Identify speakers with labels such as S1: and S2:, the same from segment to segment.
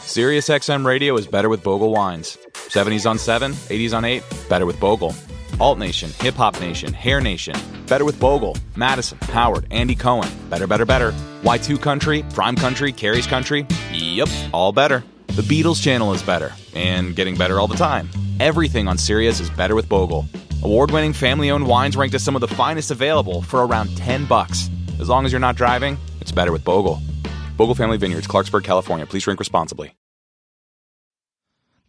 S1: Sirius XM radio is better with Bogle wines. 70s on 7, 80s on 8, better with Bogle. Alt Nation, Hip Hop Nation, Hair Nation, better with Bogle. Madison, Howard, Andy Cohen, better, better, better. Y2 Country, Prime Country, Carrie's Country, yep, all better. The Beatles channel is better, and getting better all the time. Everything on Sirius is better with Bogle. Award winning family owned wines ranked as some of the finest available for around 10 bucks. As long as you're not driving, it's better with Bogle. Bogle Family Vineyards, Clarksburg, California. Please drink responsibly.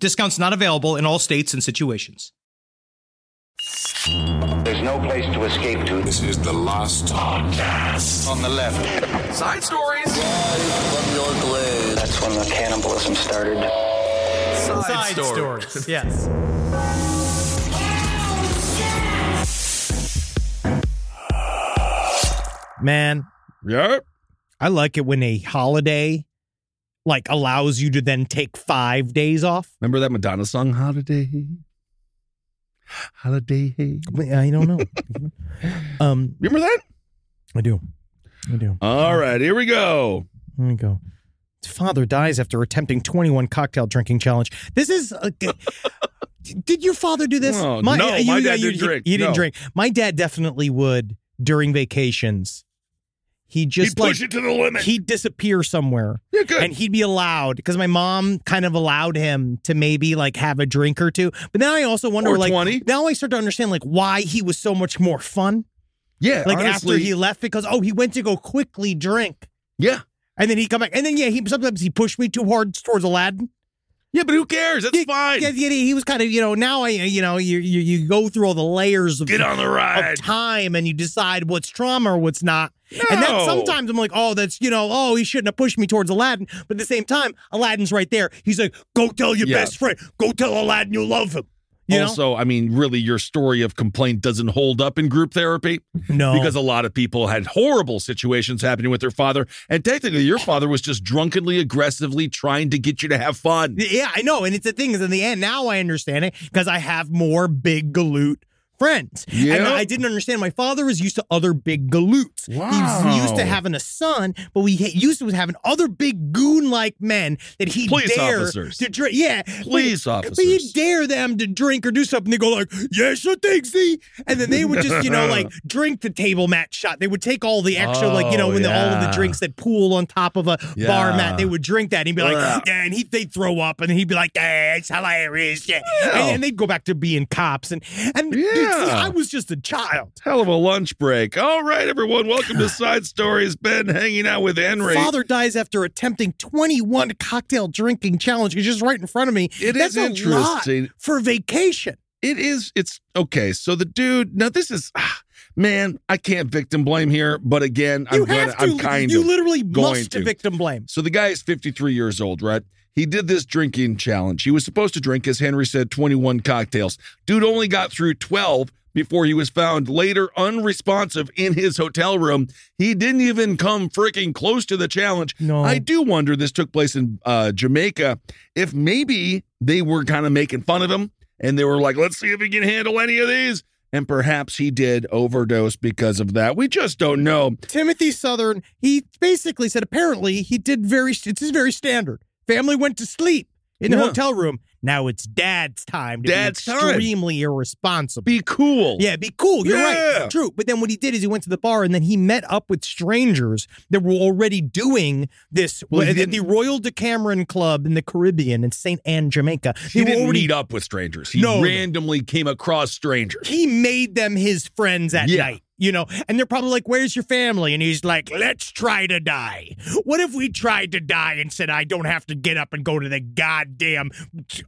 S2: Discounts not available in all states and situations.
S3: There's no place to escape to.
S4: This is the last podcast on the left.
S5: Side stories.
S3: That's when the cannibalism started.
S5: Side,
S2: yes. Man,
S6: Yep.
S2: I like it when a holiday like allows you to then take 5 days off.
S6: Remember that Madonna song, Holiday? Holiday. You
S2: I don't know. um
S6: remember that?
S2: I do. I do.
S6: All right, here we go.
S2: There we go. Father dies after attempting 21 cocktail drinking challenge. This is. A, did your father do this?
S6: Oh, no, my dad didn't drink.
S2: He, didn't
S6: No.
S2: drink. My dad definitely would during vacations. He
S6: He
S2: just like
S6: pushed it to the limit.
S2: he'd disappear somewhere
S6: yeah, good.
S2: and he'd be allowed because my mom kind of allowed him to maybe like have a drink or two. But now I also wonder,
S6: Or
S2: like,
S6: 20.
S2: now I start to understand like why he was so much more fun.
S6: yeah,
S2: Like
S6: honestly,
S2: after he left, because oh, he went to go quickly drink.
S6: Yeah.
S2: And then he come back, and then yeah, he sometimes he pushed me too hard towards Aladdin.
S6: Yeah, but who cares? That's
S2: Yeah,
S6: fine.
S2: Yeah, yeah, he was kind of you know now I you know you you, you go through all the layers of,
S6: Get on the
S2: of
S6: ride.
S2: time and you decide what's trauma or what's not. And that
S6: No.
S2: sometimes I'm like, oh, that's you know, oh, he shouldn't have pushed me towards Aladdin. But at the same time, Aladdin's right there. He's like, go tell your
S6: Yeah.
S2: best friend, go tell Aladdin you love him. You
S6: also, I mean, really, your story of complaint doesn't hold up in group therapy
S2: know?
S6: because a lot of people had horrible situations happening with their father. And technically, your father was just drunkenly, aggressively trying to get you to have fun.
S2: Yeah, I know. And it's the thing is in the end, now I understand it because I have more big galoot friends. And
S6: Yeah.
S2: I didn't understand. My father was used to other big galoots. He was used to
S6: Wow.
S2: having a son, but we he used to having other big goon-like men that he
S6: Police
S2: dare
S6: officers.
S2: to drink. Yeah.
S6: Police
S2: but, but he
S6: officers.
S2: dare them to drink or do something. They go like, yes, I think see. And then they would just, you know, like drink the table mat shot. They would take all the extra, like, you know,
S6: Oh,
S2: when the, all of the
S6: yeah.
S2: drinks that pool on top of a bar
S6: Yeah.
S2: mat, they would drink that. And he'd be like,
S6: Ugh.
S2: yeah, and he they'd throw up, and he'd be like, "Yeah, it's hilarious," yeah, and, and they'd go back to being cops, and and dude, see,
S6: Yeah.
S2: I was just a child.
S6: Hell of a lunch break. All right, everyone, welcome to Side Stories. Ben hanging out with Henry.
S2: Father dies after attempting 21 cocktail drinking challenge. He's just right in front of me.
S6: It is
S2: That's a lot
S6: interesting.
S2: for vacation.
S6: It is. It's okay. So the dude. Now this is. ah, man, I can't victim blame here, but again,
S2: you
S6: I'm gonna.
S2: have to.
S6: I'm kind
S2: you
S6: of.
S2: literally
S6: going
S2: must
S6: to.
S2: victim blame.
S6: so the guy is 53 years old, right? He did this drinking challenge. He was supposed to drink, as Henry said, 21 cocktails. Dude only got through 12 before he was found later unresponsive in his hotel room. He didn't even come freaking close to the challenge.
S2: No.
S6: I do wonder this took place in uh, Jamaica. If maybe they were kind of making fun of him and they were like, let's see if he can handle any of these. And perhaps he did overdose because of that. We just don't know.
S2: Timothy Southern, he basically said apparently he did very it's his very standard. Family went to sleep in the
S6: Yeah.
S2: hotel room. Now it's dad's time to
S6: Dad's
S2: be
S6: time.
S2: extremely irresponsible.
S6: Be cool.
S2: yeah, be cool. You're
S6: Yeah.
S2: right. True. But then what he did is he went to the bar and then he met up with strangers that were already doing this
S6: Well, he
S2: at the
S6: didn't-
S2: Royal Decameron Club in the Caribbean in St. Anne, Jamaica.
S6: He
S2: They were
S6: didn't
S2: already
S6: meet up with strangers. He
S2: No.
S6: randomly came across strangers.
S2: he made them his friends at
S6: Yeah.
S2: night. you know, and they're probably like, Where's your family? And he's like, Let's try to die. What if we tried to die and said, I don't have to get up and go to the goddamn.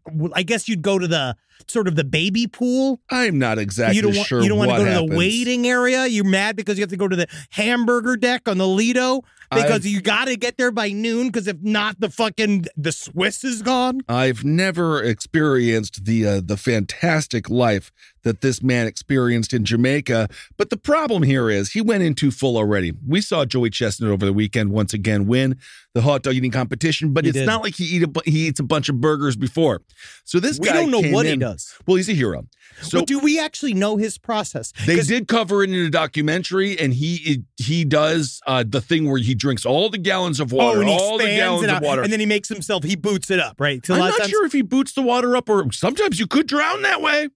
S2: Well, I guess you'd go to the sort of the baby pool.
S6: I'm not exactly
S2: you don't want,
S6: sure
S2: you don't
S6: what
S2: want to go
S6: happens.
S2: to the waiting area. You're mad because you have to go to the hamburger deck on the Lido because
S6: I've-
S2: you got to get there by noon. Because if not, the fucking the Swiss is gone.
S6: I've never experienced the uh, the fantastic life that this man experienced in Jamaica, but the problem here is he went in too full already. We saw Joey Chestnut over the weekend once again win the hot dog eating competition, but
S2: He
S6: it's
S2: did.
S6: not like he eat a, bu- he eats a bunch of burgers before. So this
S2: We
S6: guy
S2: don't know
S6: came
S2: what he
S6: in-
S2: does.
S6: Well, he's a hero. So
S2: but do we actually know his process?
S6: they
S2: 'Cause
S6: did cover it in a documentary, and he he does uh, the thing where he drinks all the gallons of water,
S2: oh, and he
S6: all the
S2: spans
S6: gallons
S2: it
S6: of
S2: out,
S6: water,
S2: and then he makes himself. He boots it up, right? So a
S6: I'm
S2: lot of
S6: not
S2: times-
S6: sure if he boots the water up or sometimes you could drown that way.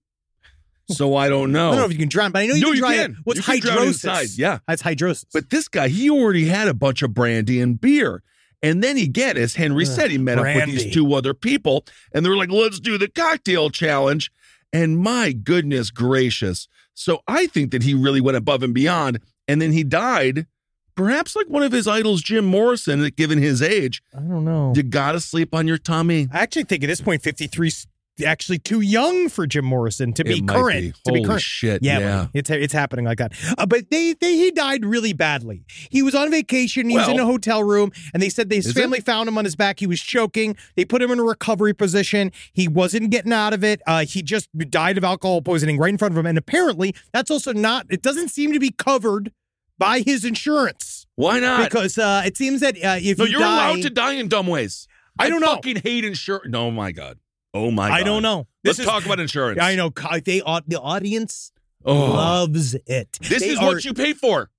S6: So I don't know.
S2: I don't know if you can drown, but I know you
S6: No,
S2: can
S6: you
S2: drown.
S6: can.
S2: What's
S6: You can drown
S2: hydrosis?
S6: inside, yeah.
S2: that's hydrosis.
S6: but this guy, he already had a bunch of brandy and beer. And then he get, as Henry said, he met up with
S2: brandy.
S6: these two other people and they were like, let's do the cocktail challenge. And my goodness gracious. So I think that he really went above and beyond. And then he died, perhaps like one of his idols, Jim Morrison, given his age.
S2: I don't know.
S6: You got Oh. to sleep on your tummy.
S2: I actually think at this point, 53 's actually too young for Jim Morrison to be
S6: It might
S2: current.
S6: be.
S2: To be
S6: Holy
S2: current.
S6: shit,
S2: Yeah,
S6: Uh, yeah.
S2: man, it's it's happening like that. Uh, but they, they he died really badly. He was on vacation. He was in
S6: Well-
S2: a hotel room, and they said his
S6: Is
S2: family found him on his back. He was choking. They put him in a recovery position. He wasn't getting out of it. Uh, he just died of alcohol poisoning right in front of him. And apparently, that's also not. It doesn't seem to be covered by his insurance
S6: Why not?
S2: because uh, it seems that uh, if
S6: No,
S2: you
S6: you're
S2: die,
S6: allowed to die in dumb ways.
S2: I don't know.
S6: fucking hate insurance. No, my God. Oh, my God.
S2: I don't know.
S6: Let's
S2: This is-
S6: talk about insurance.
S2: I know co- they au- the audience
S6: Oh.
S2: loves it.
S6: This
S2: They
S6: is
S2: are-
S6: what you pay for.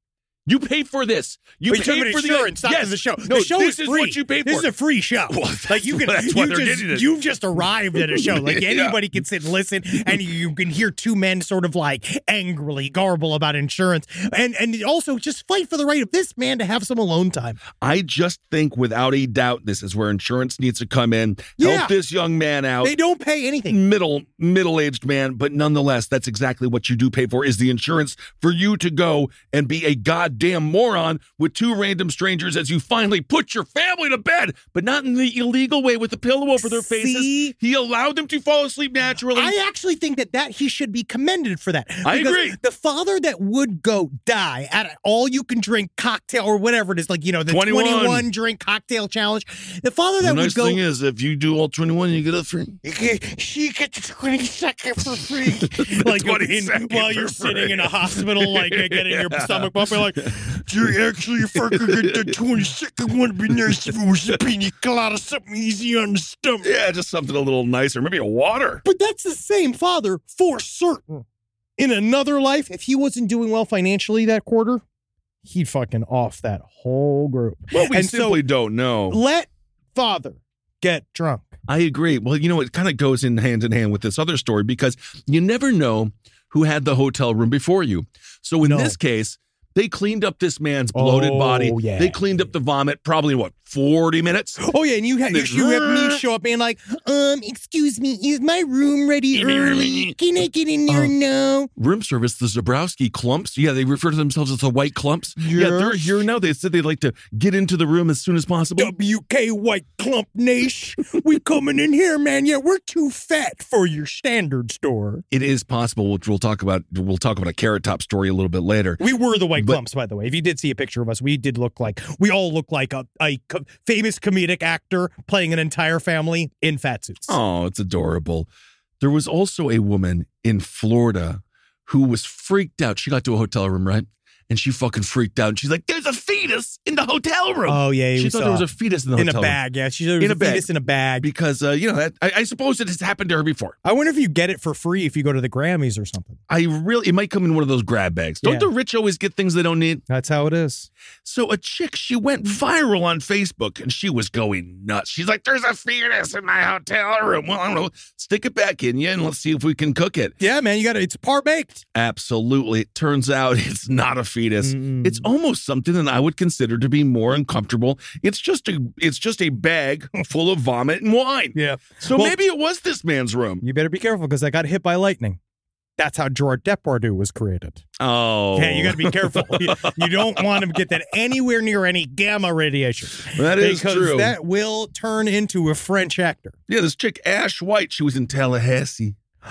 S6: You pay for this. You
S2: But
S6: pay
S2: you're talking
S6: for
S2: about insurance,
S6: the
S2: not
S6: yes.
S2: to the show.
S6: No,
S2: the show
S6: this
S2: is
S6: is
S2: free.
S6: what you pay for.
S2: This is a free show.
S6: Well,
S2: like you can,
S6: that's
S2: you
S6: why they're
S2: just,
S6: getting it.
S2: you've just arrived at a show. Like
S6: Yeah.
S2: anybody can sit and listen, and you can hear two men sort of like angrily garble about insurance, and and also just fight for the right of this man to have some alone time.
S6: I just think, without a doubt, this is where insurance needs to come in.
S2: Yeah.
S6: Help this young man out.
S2: They don't pay anything.
S6: middle middle aged man, but nonetheless, that's exactly what you do pay for is the insurance for you to go and be a goddamn moron with two random strangers as you finally put your family to bed, but not in the illegal way with a pillow over their faces.
S2: See?
S6: He allowed them to fall asleep naturally.
S2: I actually think that that he should be commended for that.
S6: I
S2: Because
S6: agree.
S2: The father that would go die at an all you can drink cocktail or whatever it is, like you know the
S6: 21.
S2: 21, drink cocktail challenge. The father
S6: the
S2: that
S6: nice
S2: would go
S6: thing is, if you do all 21, you get a free.
S2: she gets the 20 second for free. like
S6: 20
S2: in-
S6: second
S2: while
S6: for
S2: you're
S6: free.
S2: sitting in a hospital, like uh, getting your stomach pumped, you're like, do you actually fucking get the 20 second one? It'd be nice if it was a pina colada, something easy on the stomach.
S6: Yeah, just something a little nicer. Maybe a water.
S2: But that's the same father for certain. In another life, if he wasn't doing well financially that quarter, he'd fucking off that whole group.
S6: Well, we
S2: and
S6: simply don't know.
S2: so let father get drunk.
S6: I agree. Well, you know, it kind of goes in hand in hand with this other story because you never know who had the hotel room before you. So in
S2: No.
S6: this case, they cleaned up this man's bloated
S2: Oh,
S6: body.
S2: yeah.
S6: They cleaned up the vomit probably what 40 minutes.
S2: Oh yeah, and you have you,
S6: Like,
S2: you have me show up being like, um, excuse me, is my room ready early? Can I get in there
S6: Uh,
S2: now?
S6: Room service, the Zabrowski clumps. Yeah, they refer to themselves as the white clumps. Yeah,
S2: Yes.
S6: they're here now. They said they'd like to get into the room as soon as possible.
S2: WK White Clump Nash, we coming in here, man. Yeah, we're too fat for your standard store.
S6: It is possible, which we'll talk about. We'll talk about a carrot top story a little bit later.
S2: We were the White
S6: But-
S2: Clumps, by the way. If you did see a picture of us, we did look like we all look like a, a co- famous comedic actor playing an entire family in fat suits.
S6: Oh, it's adorable. There was also a woman in Florida who was freaked out. She got to a hotel room, right? And she fucking freaked out. And she's like, "There's a fetus in the hotel room."
S2: Oh, yeah,
S6: she
S2: we
S6: thought
S2: saw
S6: there was
S2: it.
S6: a fetus in the
S2: in a
S6: hotel
S2: bag, yeah. She's in
S6: In
S2: a,
S6: a bag.
S2: fetus in a bag.
S6: room because uh, you know that I, I suppose it has happened to her before.
S2: I wonder if you get it for free if you go to the Grammys or something.
S6: I really, it might come in one of those grab bags. Don't
S2: Yeah.
S6: the rich always get things they don't need?
S2: That's how it is.
S6: So a chick, she went viral on Facebook and she was going nuts. She's like, "There's a fetus in my hotel room." Well, I don't know. Stick it back in you and let's see if we can cook it.
S2: Yeah, man, you got to It's par baked.
S6: Absolutely. It turns out it's not a fetus.
S2: Mm-mm.
S6: It's almost something that I would consider to be more uncomfortable. It's just a it's just a bag full of vomit and wine.
S2: Yeah.
S6: So
S2: Well-
S6: maybe it was this man's room.
S2: You better be careful because I got hit by lightning. That's how Gerard Depardieu was created.
S6: Oh,
S2: Yeah, you got to be careful. you you don't want to get that anywhere near any gamma radiation.
S6: That is
S2: because
S6: true.
S2: That will turn into a French actor.
S6: Yeah, this chick Ash White, she was in Tallahassee.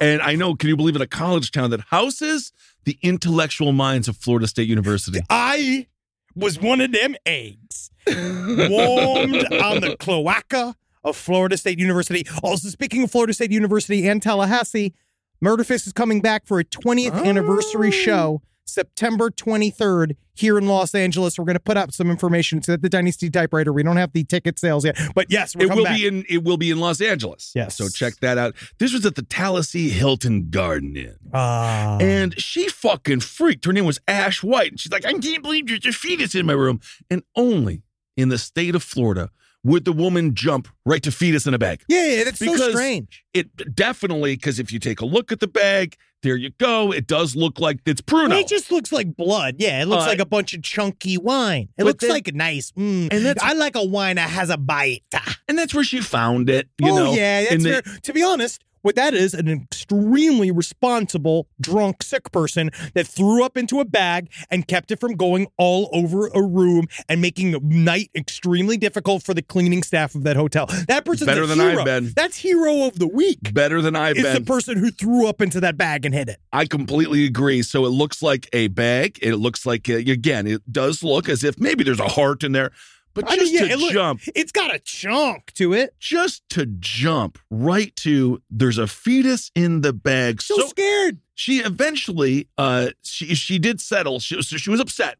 S6: And I know, can you believe it? A college town that houses the intellectual minds of Florida State University.
S2: I was one of them eggs warmed on the cloaca of Florida State University. Also, speaking of Florida State University and Tallahassee, Murderfist is coming back for a 20th
S6: Oh.
S2: anniversary show September 23rd here in Los Angeles. We're going to put up some information. It's at the Dynasty Typewriter. We don't have the ticket sales yet, but yes, we're
S6: It
S2: coming
S6: will
S2: back.
S6: be in it will be in Los Angeles.
S2: Yes.
S6: So check that out. This was at the Tallahassee Hilton Garden Inn.
S2: Ah.
S6: And she fucking freaked. Her name was Ash White. And she's like, I can't believe there's a fetus in my room. And only in the state of Florida would the woman jump right to fetus in a bag.
S2: yeah, yeah, that's so
S6: Because-
S2: strange.
S6: It definitely, because if you take a look at the bag, there you go. It does look like it's Bruno.
S2: It just looks like blood. Yeah, it looks
S6: Uh,
S2: like a bunch of chunky wine. It
S6: but
S2: looks
S6: then-
S2: like nice. Mm.
S6: And that's-
S2: I like a wine that has a bite.
S6: and that's where she found it. You
S2: oh
S6: know,
S2: yeah, that's
S6: and
S2: fair. To be honest, what that is an extremely responsible drunk sick person that threw up into a bag and kept it from going all over a room and making the night extremely difficult for the cleaning staff of that hotel. That person's
S6: Better
S2: a
S6: than I've
S2: hero.
S6: been.
S2: That's hero of the week.
S6: better than I've
S2: It's the
S6: been.
S2: person who threw up into that bag and hid it.
S6: I completely agree. So it looks like a bag. It looks like uh again, it does look as if maybe there's a heart in there, but
S2: I
S6: just
S2: mean, yeah,
S6: to
S2: it look-
S6: jump,
S2: It's got a chunk to it.
S6: just to jump right to there's a fetus in the bag.
S2: So,
S6: so
S2: scared.
S6: she eventually uh she she did settle she was she was upset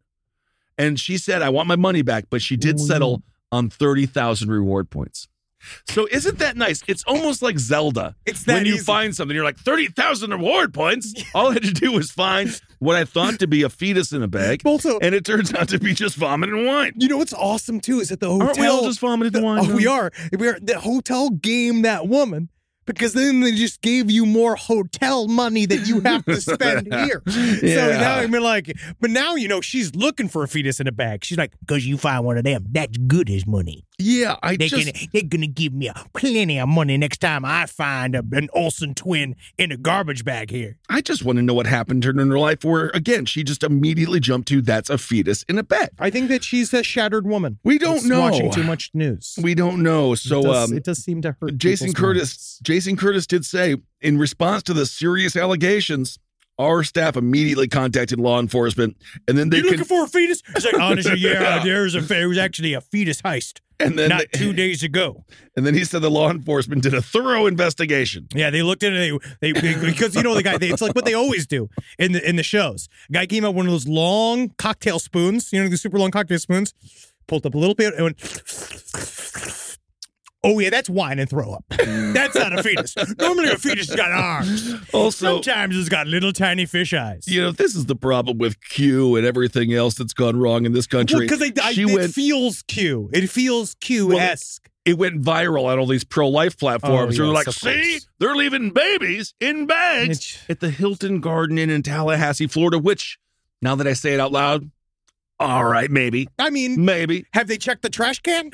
S6: and she said i want my money back but she
S2: Mm.
S6: did settle on 30,000 reward points so isn't that nice it's almost like zelda
S2: It's
S6: when
S2: that
S6: you
S2: easy.
S6: find something you're like 30,000 reward points all i had to do was find what i thought to be a fetus in a bag
S2: Also,
S6: and it turns out to be just vomit and wine
S2: you know what's awesome too is that the hotel.
S6: aren't we all just vomited
S2: the-
S6: and wine
S2: oh, we
S6: now?
S2: are. We are. The hotel game that woman because then they just gave you more hotel money that you have to spend here. So
S6: Yeah.
S2: now I mean, like, but now you know she's looking for a fetus in a bag. She's like, because you find one of them, that's good as money.
S6: yeah i
S2: They
S6: just
S2: can, they're gonna give me a plenty of money next time I find a, an Olsen twin in a garbage bag here.
S6: i just want to know what happened to her in her life where again she just immediately jumped to that's a fetus in a bag
S2: I think that she's a shattered woman.
S6: We don't
S2: It's
S6: know.
S2: Watching too much news.
S6: We don't know. So
S2: it does,
S6: um,
S2: it does seem to hurt.
S6: Jason
S2: people's
S6: Curtis, Jason Curtis did say in response to the serious allegations, our staff immediately contacted law enforcement, and then they
S2: You looking
S6: con-
S2: for a fetus? It's like honestly, yeah,
S6: Yeah.
S2: there's a fe- it was actually a fetus heist
S6: and then
S2: not
S6: they-
S2: two days ago.
S6: and then he said the law enforcement did a thorough investigation.
S2: Yeah, they looked at it. They, they, they- because you know the guy. They, it's like what they always do in the in the shows. A guy came out with one of those long cocktail spoons. You know the super long cocktail spoons. Pulled up a little bit and went. Oh yeah, that's wine and throw up. That's not a fetus. Normally a fetus has got arms.
S6: Also,
S2: Sometimes it's got little tiny fish eyes.
S6: you know this is the problem with Q and everything else that's gone wrong in this country.
S2: because they, I,
S6: she
S2: it
S6: went,
S2: feels Q. It feels Q esque.
S6: it went viral on all these pro life platforms.
S2: Oh,
S6: where they're like,
S2: yes, of course.
S6: see, they're leaving babies in bags
S2: It's-
S6: at the Hilton Garden Inn in Tallahassee, Florida. Which, now that I say it out loud, all right, maybe,
S2: I mean,
S6: maybe.
S2: have they checked the trash can?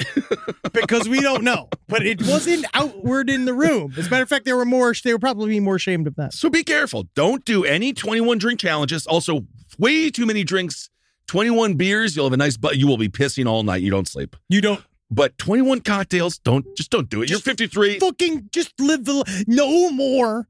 S2: because we don't know. But it wasn't outward in the room. As a matter of fact, they were more. They were probably more ashamed of that.
S6: So be careful. Don't do any 21 drink challenges. Also, way too many drinks. 21 beers, you'll have a nice butt. You will be pissing all night. You don't sleep.
S2: You don't
S6: But 21 cocktails, don't just don't do it.
S2: Just
S6: You're 53.
S2: fucking just live the. li- No more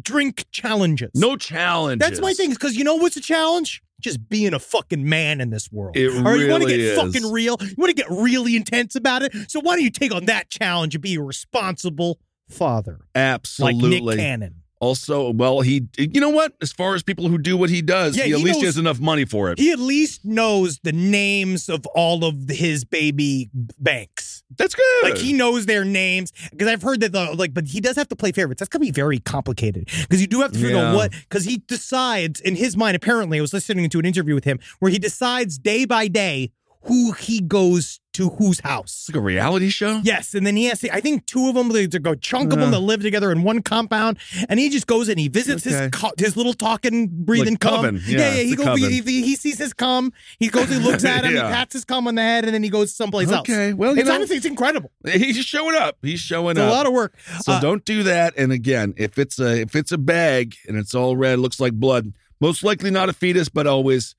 S2: drink challenges.
S6: No challenges.
S2: that's my thing. Because you know what's a challenge? Just being a fucking man in this world.
S6: It
S2: All right, you want to
S6: really
S2: get
S6: is.
S2: fucking real. You want to get really intense about it. So why don't you take on that challenge and be a responsible father,
S6: Absolutely.
S2: like Nick Cannon?
S6: Also, well, he, you know what? As far as people who do what he does,
S2: Yeah,
S6: he at
S2: he
S6: least
S2: knows-
S6: has enough money for it.
S2: He at least knows the names of all of his baby banks.
S6: That's good.
S2: Like he knows their names because I've heard that the like, but he does have to play favorites. That's gonna be very complicated because you do have to figure
S6: Yeah.
S2: out what because he decides in his mind. Apparently, I was listening to an interview with him where he decides day by day who he goes to whose house.
S6: It's like a reality show.
S2: Yes, and then he has to. I think two of them, there's a chunk of them
S6: Uh.
S2: that live together in one compound, and he just goes and he visits
S6: Okay.
S2: his co- his little talking, breathing
S6: Like
S2: cum.
S6: coven. Yeah,
S2: Yeah, yeah.
S6: it's
S2: He
S6: the
S2: goes, he,
S6: coven.
S2: he, he sees his cum. He goes, he looks at him,
S6: Yeah.
S2: he pats his cum on the head, and then he goes someplace else.
S6: Okay, well, you
S2: it's
S6: know-
S2: honestly it's incredible.
S6: He's showing up. He's showing
S2: It's
S6: up.
S2: a lot of work.
S6: so
S2: Uh,
S6: don't do that. And again, if it's a if it's a bag and it's all red, looks like blood, most likely not a fetus, but always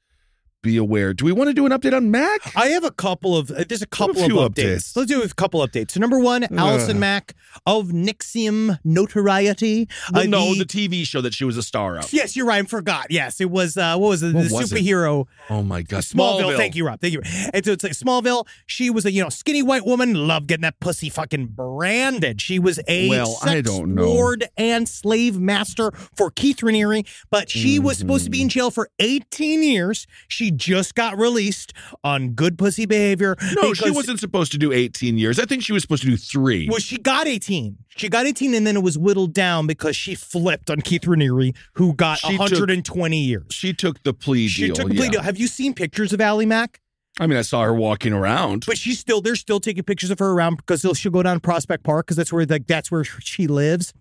S6: be aware. Do we want to do an update on Mac?
S2: I have a couple of uh, there's a couple
S6: few
S2: of updates.
S6: updates.
S2: Let's do a couple updates. So number one, Allison Mack of Nixium notoriety.
S6: Well,
S2: Uh,
S6: no,
S2: the-
S6: the TV show that she was a star of.
S2: yes, you're right. I forgot. Yes, it was uh, what was it?
S6: What
S2: the
S6: was it?
S2: superhero.
S6: Oh my God,
S2: Smallville. Thank you, Rob. Thank you. And so it's like Smallville. She was a you know skinny white woman. Loved getting that pussy fucking branded. She was a
S6: Well, I
S2: sex
S6: don't know.
S2: ward and slave master for Keith Raniere, but she was supposed to be in
S6: Mm-hmm.
S2: jail for 18 years. She just got released on good pussy behavior.
S6: No, she
S2: because-
S6: wasn't supposed to do 18 years. I think she was supposed to do three.
S2: Well, she got 18. She got 18, and then it was whittled down because she flipped on Keith Raniere, who got
S6: She took-
S2: 120 years.
S6: she took the plea
S2: She
S6: deal.
S2: took a plea
S6: yeah.
S2: deal. Have you seen pictures of Ally Mack?
S6: I mean, I saw her walking around.
S2: But she's still they're still taking pictures of her around because they'll- she'll go down to Prospect Park because that's where like that's where she lives.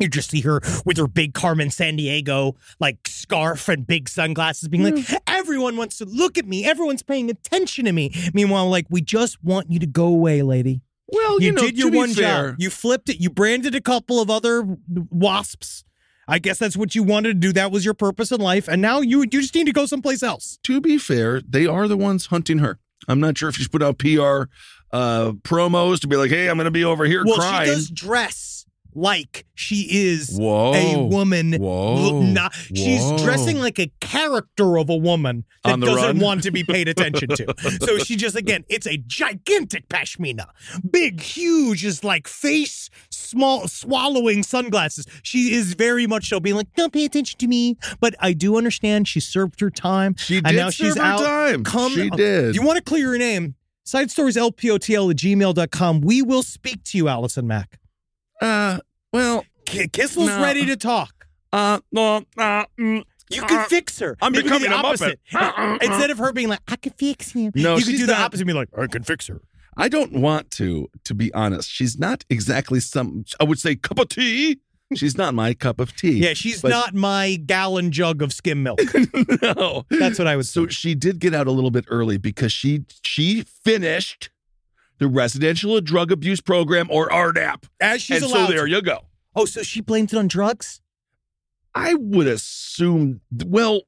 S2: You just see her with her big Carmen San Diego like scarf and big sunglasses, being like,
S6: Mm.
S2: "Everyone wants to look at me. Everyone's paying attention to me." Meanwhile, like, we just want you to go away, lady.
S6: well,
S2: you
S6: know,
S2: did your
S6: to be
S2: one
S6: fair,
S2: job. You flipped it. You branded a couple of other wasps. I guess that's what you wanted to do. That was your purpose in life, and now you you just need to go someplace else.
S6: to be fair, they are the ones hunting her. I'm not sure if she's put out PR uh, promos to be like, "Hey, I'm going to be over here
S2: Well,
S6: crying."
S2: she does dress like she is
S6: Whoa,
S2: a woman.
S6: Whoa,
S2: Not, she's
S6: Whoa.
S2: dressing like a character of a woman that
S6: On the
S2: doesn't
S6: run?
S2: want to be paid attention to. so she just again, it's a gigantic pashmina, big, huge, is like face small, swallowing sunglasses. She is very much so being like, "Don't pay attention to me," but I do understand she served her time.
S6: She
S2: and
S6: did
S2: now she's
S6: serve her
S2: out.
S6: time.
S2: Come,
S6: She did.
S2: You want to clear your name? Side stories lpotl at gmail.com. We will speak to you, Allison Mack.
S6: Uh, well,
S2: K- Kissel's
S6: No.
S2: ready to talk.
S6: uh, no, uh, mm,
S2: You can
S6: uh,
S2: fix her.
S6: I'm
S2: You can do
S6: becoming
S2: the
S6: a Muppet. Uh-uh.
S2: opposite. Instead of her being like, I can fix him.
S6: No,
S2: you could
S6: she's
S2: do the
S6: not-
S2: opposite and be like, I can fix her.
S6: I don't want to. To be honest, she's not exactly some. I would say cup of tea. She's not my cup of tea.
S2: Yeah, she's
S6: But-
S2: not my gallon jug of skim milk.
S6: no.
S2: That's what I would
S6: So
S2: say.
S6: she did get out a little bit early because she she finished the residential drug abuse program or RDAP.
S2: As she's
S6: and
S2: allowed.
S6: so there
S2: to.
S6: you go.
S2: oh, so she blames it on drugs?
S6: I would assume. Well,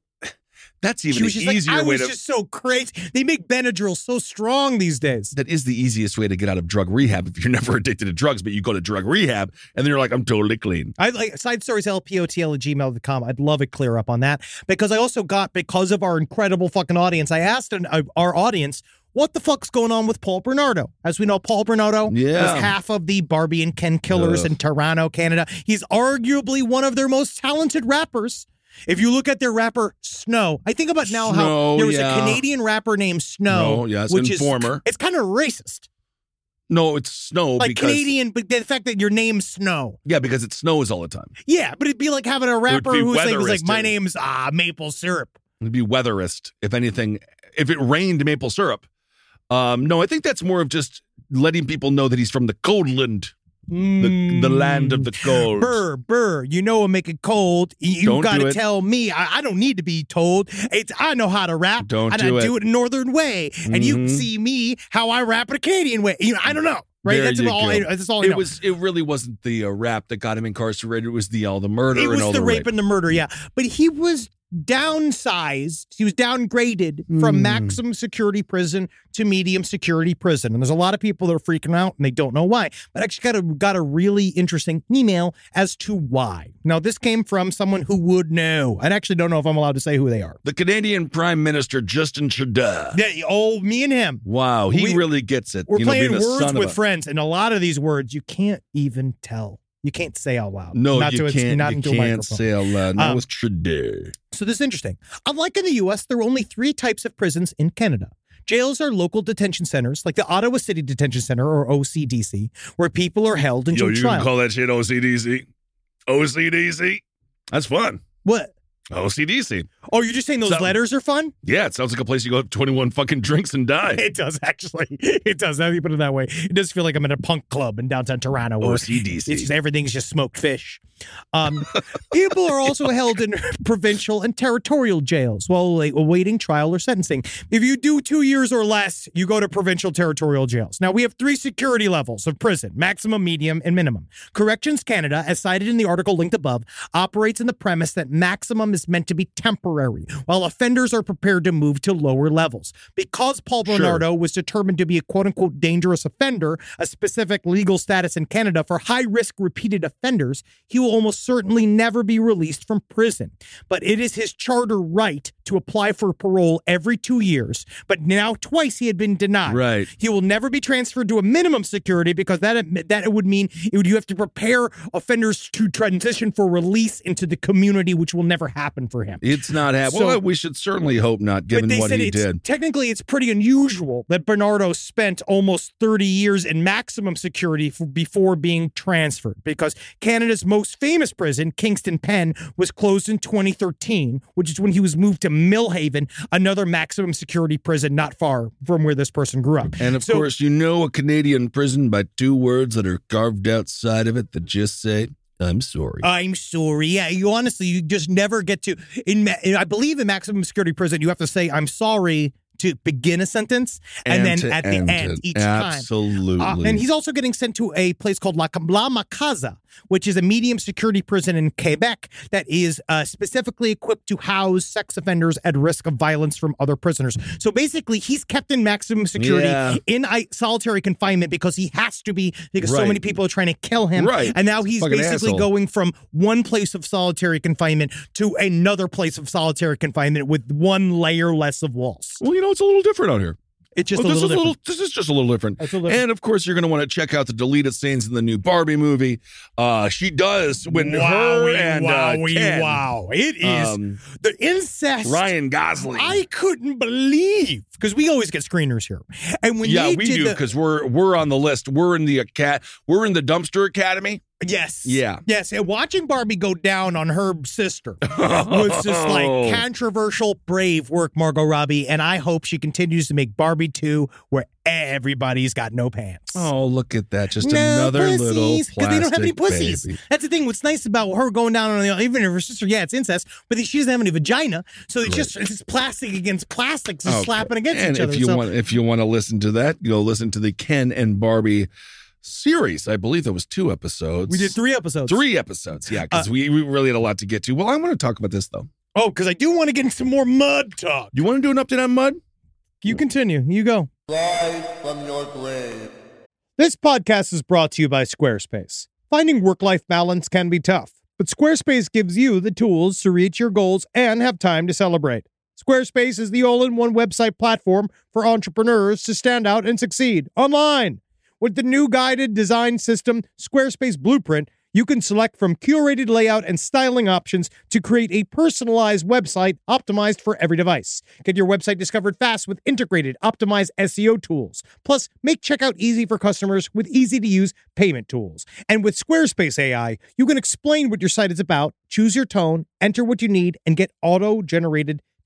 S6: that's even
S2: she was
S6: the
S2: just
S6: easier
S2: like, I
S6: way
S2: was
S6: to.
S2: just so crazy. They make Benadryl so strong these days.
S6: that is the easiest way to get out of drug rehab if you're never addicted to drugs, but you go to drug rehab and then you're like, I'm totally clean.
S2: I like side stories lpotl at gmail.com. I'd love it clear up on that because I also got because of our incredible fucking audience. I asked an, uh, our audience what the fuck's going on with Paul Bernardo. As we know, Paul Bernardo
S6: Yeah.
S2: is half of the Barbie and Ken killers in Toronto, Canada. He's arguably one of their most talented rappers. If you look at their rapper Snow, I think about now how
S6: Snow,
S2: there was
S6: yeah.
S2: a Canadian rapper named Snow,
S6: No, yes,
S2: which is
S6: Informer.
S2: it's kind of racist,
S6: No, it's snow
S2: like
S6: because
S2: Canadian, but the fact that your name's Snow.
S6: yeah, because it snows all the time.
S2: Yeah, but it'd be like having a rapper
S6: be
S2: who's like, was like,
S6: weatherist,
S2: my
S6: too.
S2: name's ah maple syrup.
S6: It'd be weatherist if anything. If it rained maple syrup, um, no, I think that's more of just letting people know that he's from the cold land, the, the
S2: Mm.
S6: land of the cold.
S2: Hmm. Burr, burr. You know I'm making cold. You
S6: Don't
S2: gotta
S6: do it.
S2: tell me. I, I don't need to be told. It's I know how to rap.
S6: Don't
S2: and
S6: do
S2: I
S6: it.
S2: do it a northern way. And you
S6: Mhm.
S2: see me how I rap in a Canadian way. You know, I don't know. Right?
S6: There
S2: that's
S6: you
S2: all I,
S6: go.
S2: that's all I
S6: It
S2: know.
S6: was. It really wasn't the uh, rap that got him incarcerated. It was the all the murder.
S2: it
S6: and
S2: was
S6: all
S2: the,
S6: the,
S2: rape and the murder, yeah. But he was downsized. He was downgraded
S6: Mm.
S2: from maximum security prison to medium security prison. And there's a lot of people that are freaking out and they don't know why. But I actually got a got a really interesting email as to why. Now this came from someone who would know. I actually don't know if I'm allowed to say who they are.
S6: The Canadian Prime Minister Justin Trudeau.
S2: They, oh, me and him.
S6: Wow, he
S2: We-
S6: really gets it.
S2: We're
S6: you know,
S2: playing
S6: being a
S2: words
S6: son of
S2: with
S6: a-
S2: friends, and a lot of these words you can't even tell. You can't say out loud.
S6: No,
S2: not
S6: you
S2: to,
S6: can't.
S2: Not
S6: you
S2: into a
S6: can't
S2: microphone.
S6: say a
S7: uh,
S6: lot. Not
S2: Um,
S6: with Trudeau.
S2: So this is interesting. Unlike in the US, there are only three types of prisons in Canada. Jails are local detention centers, like the Ottawa City Detention Center or OCDC, where people are held until trial.
S6: that shit OCDC? OCDC? That's fun.
S2: what?
S6: OCDC.
S2: Oh, you're just saying those
S7: Something.
S2: letters are fun?
S7: Yeah, it sounds like a place you go have 21 fucking drinks and die.
S2: It does actually. It does. Now that you put it that way, it does feel like I'm in a punk club in downtown Toronto. where
S7: OCDC.
S2: It's just everything's just smoked fish. Um, people are also held in provincial and territorial jails while like, awaiting trial or sentencing. If you do two years or less, you go to provincial territorial jails. Now we have three security levels of prison: maximum, medium, and minimum. Corrections Canada, as cited in the article linked above, operates in the premise that maximum is meant to be temporary, while offenders are prepared to move to lower levels. Because Paul
S7: Sure.
S2: Bernardo was determined to be a quote unquote dangerous offender, a specific legal status in Canada for high risk repeated offenders, he will almost certainly never be released from prison. But it is his charter right to apply for parole every two years, but now twice he had been denied.
S7: Right.
S2: He will never be transferred to a minimum security because that that would mean it would, you have to prepare offenders to transition for release into the community, which will never happen for him.
S7: It's not happening.
S2: So-
S7: well, we should certainly hope not, given
S2: But they
S7: what
S2: said
S7: he
S2: it's,
S7: did.
S2: technically it's pretty unusual that Bernardo spent almost 30 years in maximum security for, before being transferred because Canada's most famous prison, Kingston Pen, was closed in 2013, which is when he was moved to Millhaven, another maximum security prison not far from where this person grew up.
S7: And of
S2: So-
S7: course, you know a Canadian prison by two words that are carved outside of it that just say, I'm sorry.
S2: I'm sorry. Yeah, you honestly, you just never get to. In ma- I believe in maximum security prison, you have to say "I'm sorry" to begin a sentence, and, then
S7: to
S2: at the end, each time.
S7: Absolutely.
S2: Uh, and he's also getting sent to a place called La, La Macaza, which is a medium security prison in Quebec that is uh, specifically equipped to house sex offenders at risk of violence from other prisoners. So basically, he's kept in maximum security
S7: Yeah.
S2: in I- solitary confinement because he has to be because so
S7: Right.
S2: many people are trying to kill him.
S7: Right.
S2: And now he's
S7: Fucking
S2: basically
S7: asshole.
S2: going from one place of solitary confinement to another place of solitary confinement with one layer less of walls.
S7: well, you know, it's a little different out here.
S2: It's just
S7: Well,
S2: a
S7: this
S2: little
S7: is
S2: different.
S7: This is just a little different.
S2: It's a little-
S7: And of course, you're going to want to check out the deleted scenes in the new Barbie movie. Uh, she does when her
S2: Wowie,
S7: and uh,
S2: wowie,
S7: Ken,
S2: wow. It is
S7: um,
S2: the incest.
S7: Ryan Gosling.
S2: I couldn't believe because we always get screeners here, and when
S7: yeah,
S2: they
S7: we
S2: did
S7: do
S2: the-
S7: because we're we're on the list. We're in the cat. We're in the dumpster academy.
S2: yes,
S7: Yeah.
S2: yes, and watching Barbie go down on her sister was just like controversial, brave work, Margot Robbie, and I hope she continues to make Barbie two where everybody's got no pants.
S7: Oh, look at that! Just
S2: no
S7: another little
S2: pussies, they don't have any
S7: plastic
S2: pussies.
S7: baby.
S2: That's the thing. What's nice about her going down on the even if her sister, yeah, it's incest, but she doesn't have any vagina, so it's just it's just plastic against plastic, just
S7: Oh,
S2: slapping against
S7: and
S2: each other.
S7: if you
S2: so,
S7: want, if you want to listen to that, go listen to the Ken and Barbie series. I believe there was two episodes.
S2: we did three episodes. Uh,
S7: Three episodes, yeah, because we, we really had a lot to get to. Well, I want to talk about this though.
S2: Oh, because I do want to get into some more mud talk.
S7: You want to do an update on Mud?
S2: You continue. You go.
S8: Live from your grave.
S2: This podcast is brought to you by Squarespace. Finding work life balance can be tough, but Squarespace gives you the tools to reach your goals and have time to celebrate. Squarespace is the all in one website platform for entrepreneurs to stand out and succeed online. With the new guided design system, Squarespace Blueprint, you can select from curated layout and styling options to create a personalized website optimized for every device. Get your website discovered fast with integrated, optimized SEO tools. Plus, make checkout easy for customers with easy to use payment tools. And with Squarespace AI, you can explain what your site is about, choose your tone, enter what you need, and get auto generated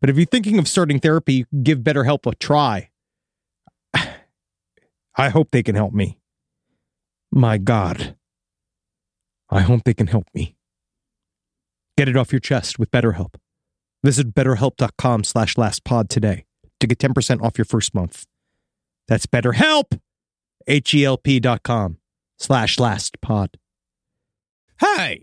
S2: But if you're thinking of starting therapy, give BetterHelp a try. I hope they can help me. My God. I hope they can help me. Get it off your chest with BetterHelp. Visit betterhelp.com slash lastpod today to get 10% off your first month. That's BetterHelp! H-E-L-P dot com slash lastpod.
S6: Hi!